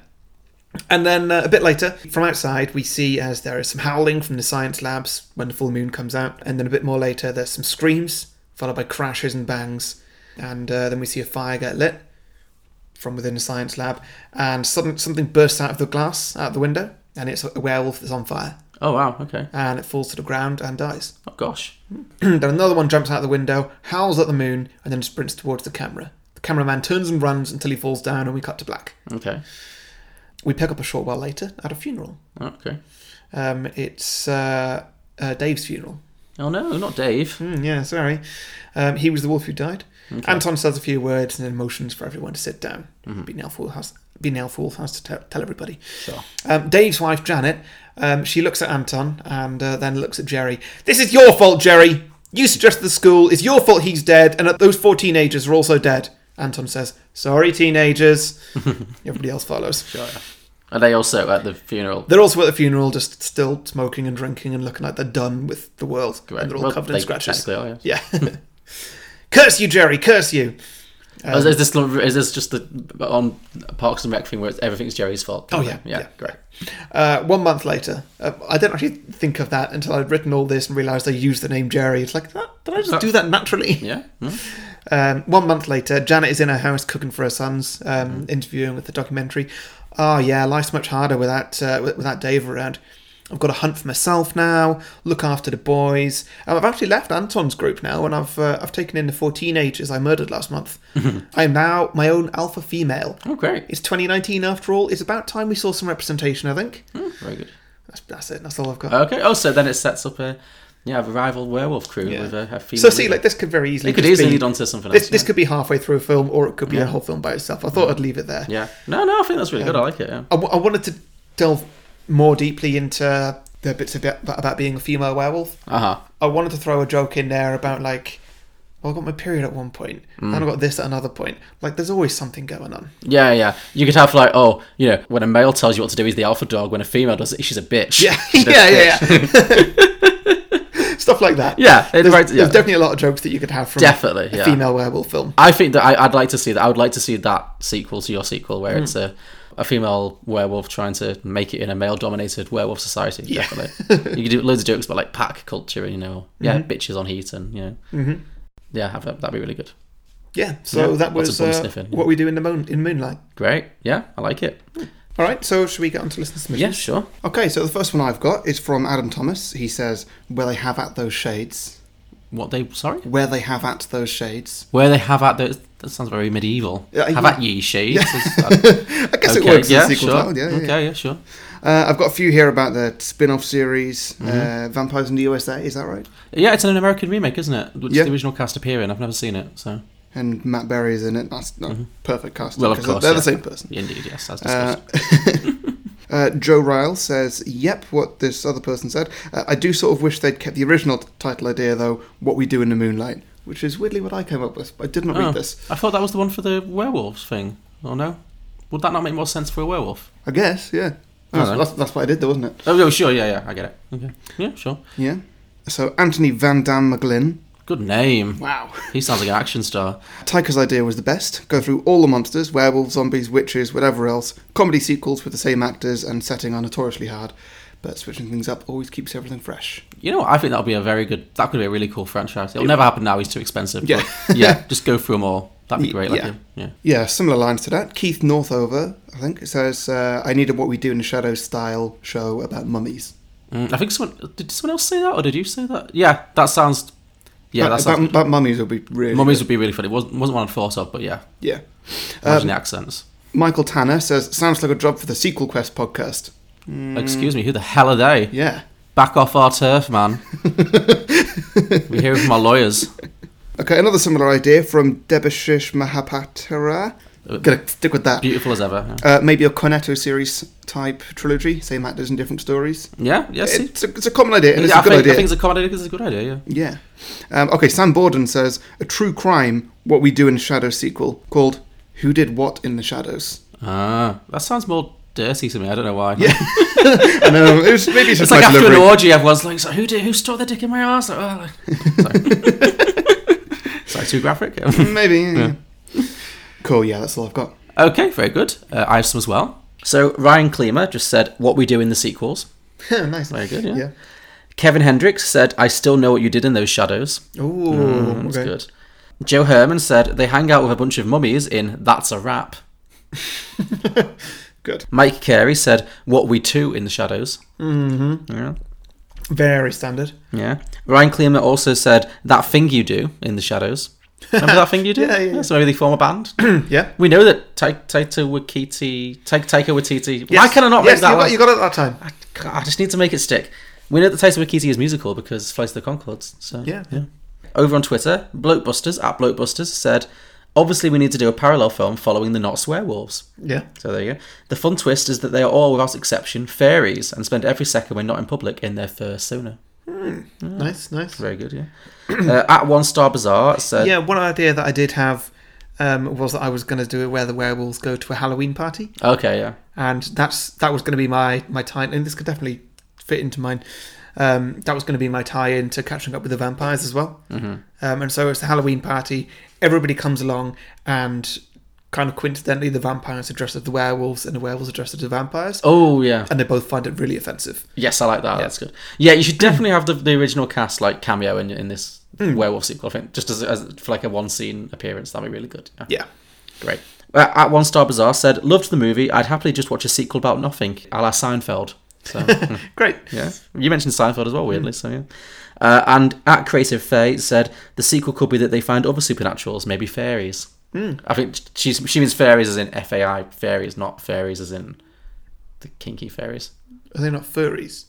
Speaker 1: And then uh, a bit later, from outside, we see as there is some howling from the science labs when the full moon comes out. And then a bit more later, there's some screams, followed by crashes and bangs. And uh, then we see a fire get lit from within the science lab. And sudden, something bursts out of the glass, out the window. And it's a werewolf that's on fire.
Speaker 2: Oh wow. Okay.
Speaker 1: And it falls to the ground and dies. (clears throat)
Speaker 2: Oh gosh.
Speaker 1: then another one jumps out the window, howls at the moon, and then sprints towards the camera. The cameraman turns and runs until he falls down, and we cut to black.
Speaker 2: Okay.
Speaker 1: We pick up a short while later at a funeral.
Speaker 2: Oh, okay.
Speaker 1: Um, it's uh, uh, Dave's funeral.
Speaker 2: Oh no, not Dave.
Speaker 1: yeah, sorry. Um, he was the wolf who died.
Speaker 2: Hmm, Okay.
Speaker 1: Anton says a few words and then motions for everyone to sit down.
Speaker 2: Mhm.
Speaker 1: Be now fool has be now fool has to tell, tell everybody.
Speaker 2: Sure.
Speaker 1: Um, Dave's wife Janet. Um, she looks at Anton and uh, then looks at Jerry. This is your fault, Jerry. You suggested the school. It's your fault he's dead, and that those four teenagers are also dead. Anton says, "Sorry,
Speaker 2: (laughs)
Speaker 1: teenagers." Everybody else follows.
Speaker 2: Sure. Are they also at the funeral?
Speaker 1: They're also at the funeral, just still smoking and drinking and looking like they're done with the world. And they're all
Speaker 2: Well,
Speaker 1: covered
Speaker 2: they
Speaker 1: in scratches.
Speaker 2: technically are, (laughs)
Speaker 1: yeah. (laughs) curse you, Jerry. Curse you.
Speaker 2: Oh, is, is this is this just the on Parks and Rec thing where it's, everything's Jerry's fault?
Speaker 1: Oh, yeah,
Speaker 2: yeah,
Speaker 1: great. Uh, one month later, uh, I didn't actually think of that until I'd written all this and realised I used the name Jerry. It's like, "Ah, did I just do that naturally?
Speaker 2: Yeah. Mm,
Speaker 1: Um, one month later, Janet is in her house cooking for her sons, um,
Speaker 2: Mm-hmm.
Speaker 1: interviewing with the documentary. Oh yeah, life's much harder without uh, with- without Dave around. I've got to hunt for myself now. Look after the boys. Um, I've actually left Anton's group now, and I've uh, I've taken in the four teenagers I murdered last
Speaker 2: (laughs)
Speaker 1: month. I am now my own alpha female.
Speaker 2: Oh, great.
Speaker 1: It's 2019 after all. It's about time we saw some representation. I think.
Speaker 2: Very good.
Speaker 1: That's, that's it. That's all I've got.
Speaker 2: Okay. Oh, so then it sets up a yeah a rival werewolf crew
Speaker 1: Yeah.
Speaker 2: with a, a female.
Speaker 1: So see,
Speaker 2: leader.
Speaker 1: like this could very easily
Speaker 2: it could
Speaker 1: just
Speaker 2: easily
Speaker 1: be-
Speaker 2: lead on to something
Speaker 1: This,
Speaker 2: else.
Speaker 1: this
Speaker 2: yeah.
Speaker 1: could be halfway through a film, or it could be
Speaker 2: Yeah. Mm.
Speaker 1: a whole film by itself. I thought I'd leave it there.
Speaker 2: Yeah. No, no, I think that's really good. I
Speaker 1: Um,
Speaker 2: like it. Yeah.
Speaker 1: I, w- I wanted to delve more deeply into the bits about, about being a female werewolf.
Speaker 2: Uh-huh.
Speaker 1: I wanted to throw a joke in there about like, well, I got my period at one point,
Speaker 2: Mm.
Speaker 1: and I got this at another point. Like, there's always something going on.
Speaker 2: Yeah, yeah. You could have like, oh, you know, when a male tells you what to do, he's the alpha dog. When a female does it, she's a
Speaker 1: (laughs)
Speaker 2: bitch.
Speaker 1: Yeah,
Speaker 2: She's a
Speaker 1: yeah, yeah,
Speaker 2: bitch.
Speaker 1: (laughs) Stuff like that.
Speaker 2: (laughs) Yeah, it
Speaker 1: there's,
Speaker 2: writes- yeah.
Speaker 1: there's definitely a lot of jokes that you could have from
Speaker 2: Definitely,
Speaker 1: a
Speaker 2: yeah.
Speaker 1: female werewolf film.
Speaker 2: I think that I, I'd like to see that. I would like to see that sequel to your sequel, where
Speaker 1: Hmm.
Speaker 2: it's a a female werewolf trying to make it in a male-dominated werewolf society.
Speaker 1: Yeah.
Speaker 2: Definitely, you could do loads of jokes about like pack culture and you know, yeah,
Speaker 1: Mhm.
Speaker 2: bitches on heat and you know,
Speaker 1: Mhm.
Speaker 2: yeah, have that, that'd be really good.
Speaker 1: Yeah, so
Speaker 2: Yeah,
Speaker 1: that
Speaker 2: lots
Speaker 1: was
Speaker 2: of bum
Speaker 1: uh,
Speaker 2: sniffing, yeah.
Speaker 1: what we do in the moon in Moonlight.
Speaker 2: Great. Yeah, I like it.
Speaker 1: All right, so should we get on to listener submissions?
Speaker 2: Yeah, sure.
Speaker 1: Okay, so the first one I've got is from Adam Thomas. He says, "Where they have at those shades."
Speaker 2: What they? Sorry.
Speaker 1: Where they have at those shades.
Speaker 2: Where they have at those. That sounds very medieval.
Speaker 1: Yeah,
Speaker 2: have
Speaker 1: yeah.
Speaker 2: at ye shades.
Speaker 1: Yeah. (laughs) I guess it
Speaker 2: Okay,
Speaker 1: works.
Speaker 2: Yeah,
Speaker 1: as a sequel
Speaker 2: sure.
Speaker 1: title, Yeah,
Speaker 2: okay, yeah, sure.
Speaker 1: Uh, I've got a few here about the spin-off series, uh,
Speaker 2: Mhm.
Speaker 1: Vampires in the USA. Is that right?
Speaker 2: Yeah, it's an American remake, isn't it? Which
Speaker 1: Yeah.
Speaker 2: the original cast appear in. I've never seen it, so.
Speaker 1: And Matt Berry is in it. That's not perfect casting.
Speaker 2: Mm-hmm. Well, of
Speaker 1: 'cause they're-
Speaker 2: course,
Speaker 1: they're
Speaker 2: yeah.
Speaker 1: the same person.
Speaker 2: Indeed, yes, as
Speaker 1: Uh, uh, (laughs) Joe Ryle says, "Yep, what this other person said. Uh, I do sort of wish they'd kept the original t- title idea though. What we do in the moonlight, which is weirdly what I came up with. I did not
Speaker 2: Oh,
Speaker 1: read this.
Speaker 2: I thought that was the one for the werewolves thing. Oh no, would that not make more sense for a werewolf?
Speaker 1: I guess, yeah.
Speaker 2: I
Speaker 1: That's,
Speaker 2: don't know.
Speaker 1: that's, that's what I did, though, wasn't it?
Speaker 2: Oh no, sure, yeah, yeah, I get it. Okay, yeah, sure.
Speaker 1: Yeah. So Anthony Van Dam McGlynn.
Speaker 2: Good name.
Speaker 1: Wow.
Speaker 2: He sounds like an action star.
Speaker 1: Tyker's idea was the best. Go through all the monsters, werewolves, zombies, witches, whatever else. Comedy sequels with the same actors and setting are notoriously hard, but switching things up always keeps everything fresh.
Speaker 2: You know, what? I think that'll be a very good. That could be a really cool franchise. It'll
Speaker 1: Yeah.
Speaker 2: never happen now. He's too expensive.
Speaker 1: Yeah. (laughs)
Speaker 2: but yeah. Just go through them all. That'd
Speaker 1: Y-
Speaker 2: be great. Like
Speaker 1: yeah.
Speaker 2: him. yeah.
Speaker 1: Yeah, similar lines to that. Keith Northover, I think, says, uh, I needed what we do in the shadows style show about mummies.
Speaker 2: Mm, I think someone did. Someone else say that, or did you say that? Yeah, that sounds. Yeah,
Speaker 1: That-
Speaker 2: that sounds.
Speaker 1: that- that mummies would be really
Speaker 2: Mummies
Speaker 1: good.
Speaker 2: would be really fun. It wasn't, wasn't one I thought of, but yeah.
Speaker 1: Yeah.
Speaker 2: Imagine
Speaker 1: Um,
Speaker 2: the accents.
Speaker 1: Michael Tanner says, Sounds like a job for the Sequel Quest podcast. Mm.
Speaker 2: Excuse me, who the hell are they?
Speaker 1: Yeah.
Speaker 2: Back off our turf,
Speaker 1: (laughs)
Speaker 2: man. we hear it from our lawyers.
Speaker 1: Okay, another similar idea from Debashish Mahapatra.
Speaker 2: Uh,
Speaker 1: Gonna stick with that.
Speaker 2: Beautiful as ever. yeah.
Speaker 1: Uh, maybe a Cornetto series type trilogy, same actors and different stories.
Speaker 2: Yeah, yeah, see.
Speaker 1: It's a, it's a common idea, and it's
Speaker 2: Yeah,
Speaker 1: a
Speaker 2: I
Speaker 1: good
Speaker 2: think,
Speaker 1: idea.
Speaker 2: I think it's a common idea 'cause it's a good idea, yeah.
Speaker 1: yeah. Um, okay, Sam Borden says a true crime, what we do in the shadows sequel called "Who Did What in the Shadows."
Speaker 2: Ah, that sounds more dirty to me. I don't know why.
Speaker 1: Yeah. I know it was, maybe it's
Speaker 2: (laughs) it's,
Speaker 1: just
Speaker 2: like
Speaker 1: my
Speaker 2: after
Speaker 1: delivery.
Speaker 2: an orgy, everyone's like, so who did, who stuck the dick in my arse? Like, oh, like-
Speaker 1: (laughs)
Speaker 2: sorry. Sorry, too graphic? (laughs)
Speaker 1: Mm, Maybe. yeah. Cool, yeah, that's all I've got.
Speaker 2: Okay, very good. Uh, I have some as well. So Ryan Klemer just said, what we do in the sequels.
Speaker 1: nice.
Speaker 2: Very good, yeah.
Speaker 1: Yeah.
Speaker 2: Kevin Hendricks said, I still know what you did in those shadows.
Speaker 1: Ooh,
Speaker 2: Mm, that's
Speaker 1: okay.
Speaker 2: good. Joe Herman said, they hang out with a bunch of mummies in That's a Wrap.
Speaker 1: (laughs) good.
Speaker 2: Mike Carey said, what we do in the shadows.
Speaker 1: Mm-hmm.
Speaker 2: Yeah.
Speaker 1: Very standard.
Speaker 2: Yeah. Ryan Klemer also said, that thing you do in the shadows. Remember that thing you do?
Speaker 1: (laughs) Yeah, yeah, yeah.
Speaker 2: So maybe they form a band.
Speaker 1: (clears throat) yeah.
Speaker 2: We know that Ta- Taika Waititi... Ta- Taika Waititi... Why
Speaker 1: Yes.
Speaker 2: can I not
Speaker 1: yes,
Speaker 2: make that
Speaker 1: you
Speaker 2: last-
Speaker 1: got, you got it that time.
Speaker 2: God, I just need to make it stick. We know that Taika Waititi is musical because Flight of the Concords. So
Speaker 1: Yeah.
Speaker 2: Over on Twitter, Bloatbusters at Bloatbusters said, "Obviously, we need to do a parallel film following the Not Werewolves."
Speaker 1: Yeah.
Speaker 2: So there you go. The fun twist is that they are all, without exception, fairies and spend every second when not in public in their fursona.
Speaker 1: Nice, nice.
Speaker 2: Very good. Yeah. (clears throat) uh, at One Star Bazaar said,
Speaker 1: yeah, one idea that I did have um, was that I was going to do it where the werewolves go to a Halloween party.
Speaker 2: "Okay, yeah,
Speaker 1: and that's that was going to be my my tie. And this could definitely fit into mine. Um, that was going to be my tie in to catching up with the vampires as well.
Speaker 2: Mhm.
Speaker 1: Um, and so it's the Halloween party. Everybody comes along, and kind of coincidentally, the vampires are dressed as the werewolves, and the werewolves are dressed as the vampires.
Speaker 2: Oh, yeah.
Speaker 1: and they both find it really offensive.
Speaker 2: yes, I like that. That's good. Yeah, you should definitely have the, the original cast like cameo in in this
Speaker 1: Mm.
Speaker 2: werewolf sequel. I think just as, as for like a one scene appearance, that'd be really good.
Speaker 1: Yeah.
Speaker 2: Great. Uh, At One Star Bazaar said, loved the movie. I'd happily just watch a sequel about nothing, a la Seinfeld.
Speaker 1: (laughs)
Speaker 2: So, hmm.
Speaker 1: Great.
Speaker 2: Yeah. You mentioned Seinfeld as well, weirdly,
Speaker 1: Hmm.
Speaker 2: so yeah. Uh, and at Creative Faye said, the sequel could be that they find other supernaturals, maybe fairies.
Speaker 1: Hmm.
Speaker 2: I think she's, she means fairies as in F A I fairies, not fairies as in the kinky fairies.
Speaker 1: Are they not furries?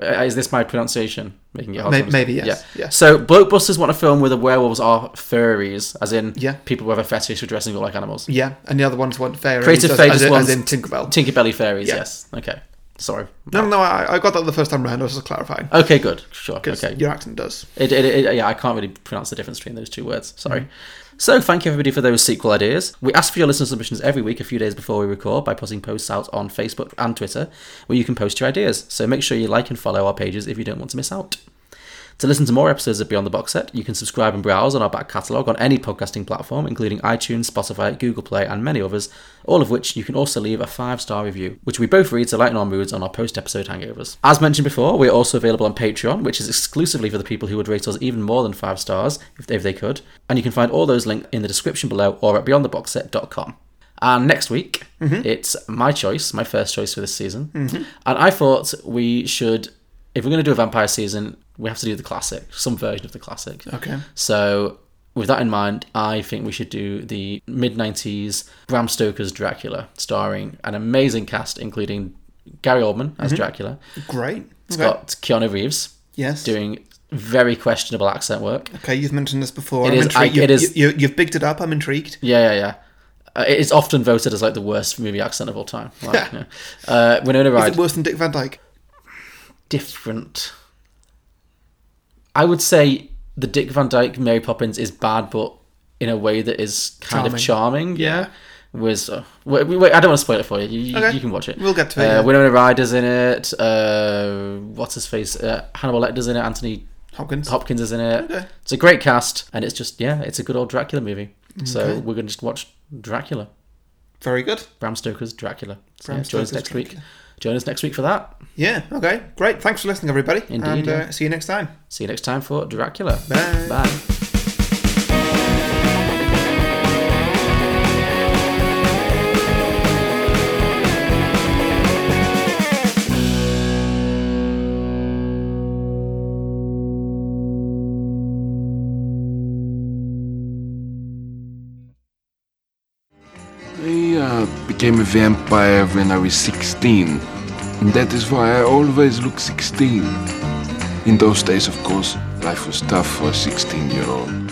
Speaker 2: Uh, is this my pronunciation making it hard?
Speaker 1: May-
Speaker 2: to understand?
Speaker 1: maybe, yes,
Speaker 2: Yeah.
Speaker 1: yeah.
Speaker 2: So, bloatbusters want a film where the werewolves are furries, as in
Speaker 1: Yeah.
Speaker 2: people with a fetish for dressing up like animals.
Speaker 1: Yeah, and the other ones want fairies.
Speaker 2: Creative
Speaker 1: as-
Speaker 2: Fate
Speaker 1: as
Speaker 2: just
Speaker 1: in-
Speaker 2: wants
Speaker 1: as in Tinkerbell.
Speaker 2: Tinkerbelly fairies.
Speaker 1: Yeah.
Speaker 2: Yes. Okay. Sorry.
Speaker 1: No, no, I, I got that the first time round. I was just clarifying.
Speaker 2: Okay. Good. Sure.
Speaker 1: 'Cause
Speaker 2: Okay.
Speaker 1: Your accent does.
Speaker 2: It, it, it, yeah, I can't really pronounce the difference between those two words. Sorry. So, thank you everybody for those sequel ideas. We ask for your listener submissions every week, a few days before we record, by posting posts out on Facebook and Twitter, where you can post your ideas. So make sure you like and follow our pages if you don't want to miss out. To listen to more episodes of Beyond the Box Set, you can subscribe and browse on our back catalogue on any podcasting platform, including iTunes, Spotify, Google Play, and many others, all of which you can also leave a five star review, which we both read to lighten our moods on our post episode hangovers. As mentioned before, we are also available on Patreon, which is exclusively for the people who would rate us even more than five stars if they, if they could, and you can find all those linked in the description below or at beyondtheboxset.com. And next week, it's my choice, my first choice for this season.
Speaker 1: Mhm.
Speaker 2: And I thought we should, if we're going to do a vampire season, we have to do the classic, some version of the classic.
Speaker 1: Okay.
Speaker 2: So, with that in mind, I think we should do the mid 90s Bram Stoker's Dracula, starring an amazing cast, including Gary Oldman as
Speaker 1: Mhm.
Speaker 2: Dracula.
Speaker 1: Great.
Speaker 2: It's
Speaker 1: Okay.
Speaker 2: got Keanu Reeves.
Speaker 1: Yes.
Speaker 2: Doing very questionable accent work.
Speaker 1: Okay, you've mentioned this before.
Speaker 2: It
Speaker 1: I'm
Speaker 2: is-
Speaker 1: intrigued.
Speaker 2: I-
Speaker 1: you've,
Speaker 2: it is-
Speaker 1: you, you, you've bigged it up. I'm intrigued.
Speaker 2: Yeah, yeah, yeah. Uh, it is often voted as like the worst movie accent of all time.
Speaker 1: (laughs)
Speaker 2: Like, yeah. uh, Winona Ryder.
Speaker 1: Is it worse than Dick Van Dyke?
Speaker 2: different. I would say the Dick Van Dyke Mary Poppins is bad, but in a way that is kind of charming. Yeah. Was uh, wait, wait, I don't want to spoil it for you. You, you-
Speaker 1: Okay.
Speaker 2: you can watch it.
Speaker 1: We'll get to it,
Speaker 2: Uh,
Speaker 1: yeah.
Speaker 2: Winona Ryder's in it. Uh, what's his face? Uh, Hannibal Lecter's in it. Anthony
Speaker 1: Hopkins.
Speaker 2: Hopkins is in it.
Speaker 1: Okay.
Speaker 2: It's a great cast, and it's just yeah, it's a good old Dracula movie. So
Speaker 1: Okay.
Speaker 2: we're gonna just watch Dracula.
Speaker 1: Very good.
Speaker 2: Bram Stoker's Dracula. So
Speaker 1: Bram
Speaker 2: yeah, join us
Speaker 1: Stoker's
Speaker 2: next week. Join us next week for that.
Speaker 1: Yeah. Okay. Great. Thanks for listening, everybody.
Speaker 2: Indeed.
Speaker 1: And,
Speaker 2: yeah.
Speaker 1: uh, see you next
Speaker 2: (laughs)
Speaker 1: time.
Speaker 2: See you next time for Dracula.
Speaker 1: Bye.
Speaker 2: Bye.
Speaker 11: I uh, became a vampire when I was 16. And that is why I always look 16. In those days, of course, life was tough for a 16 year old.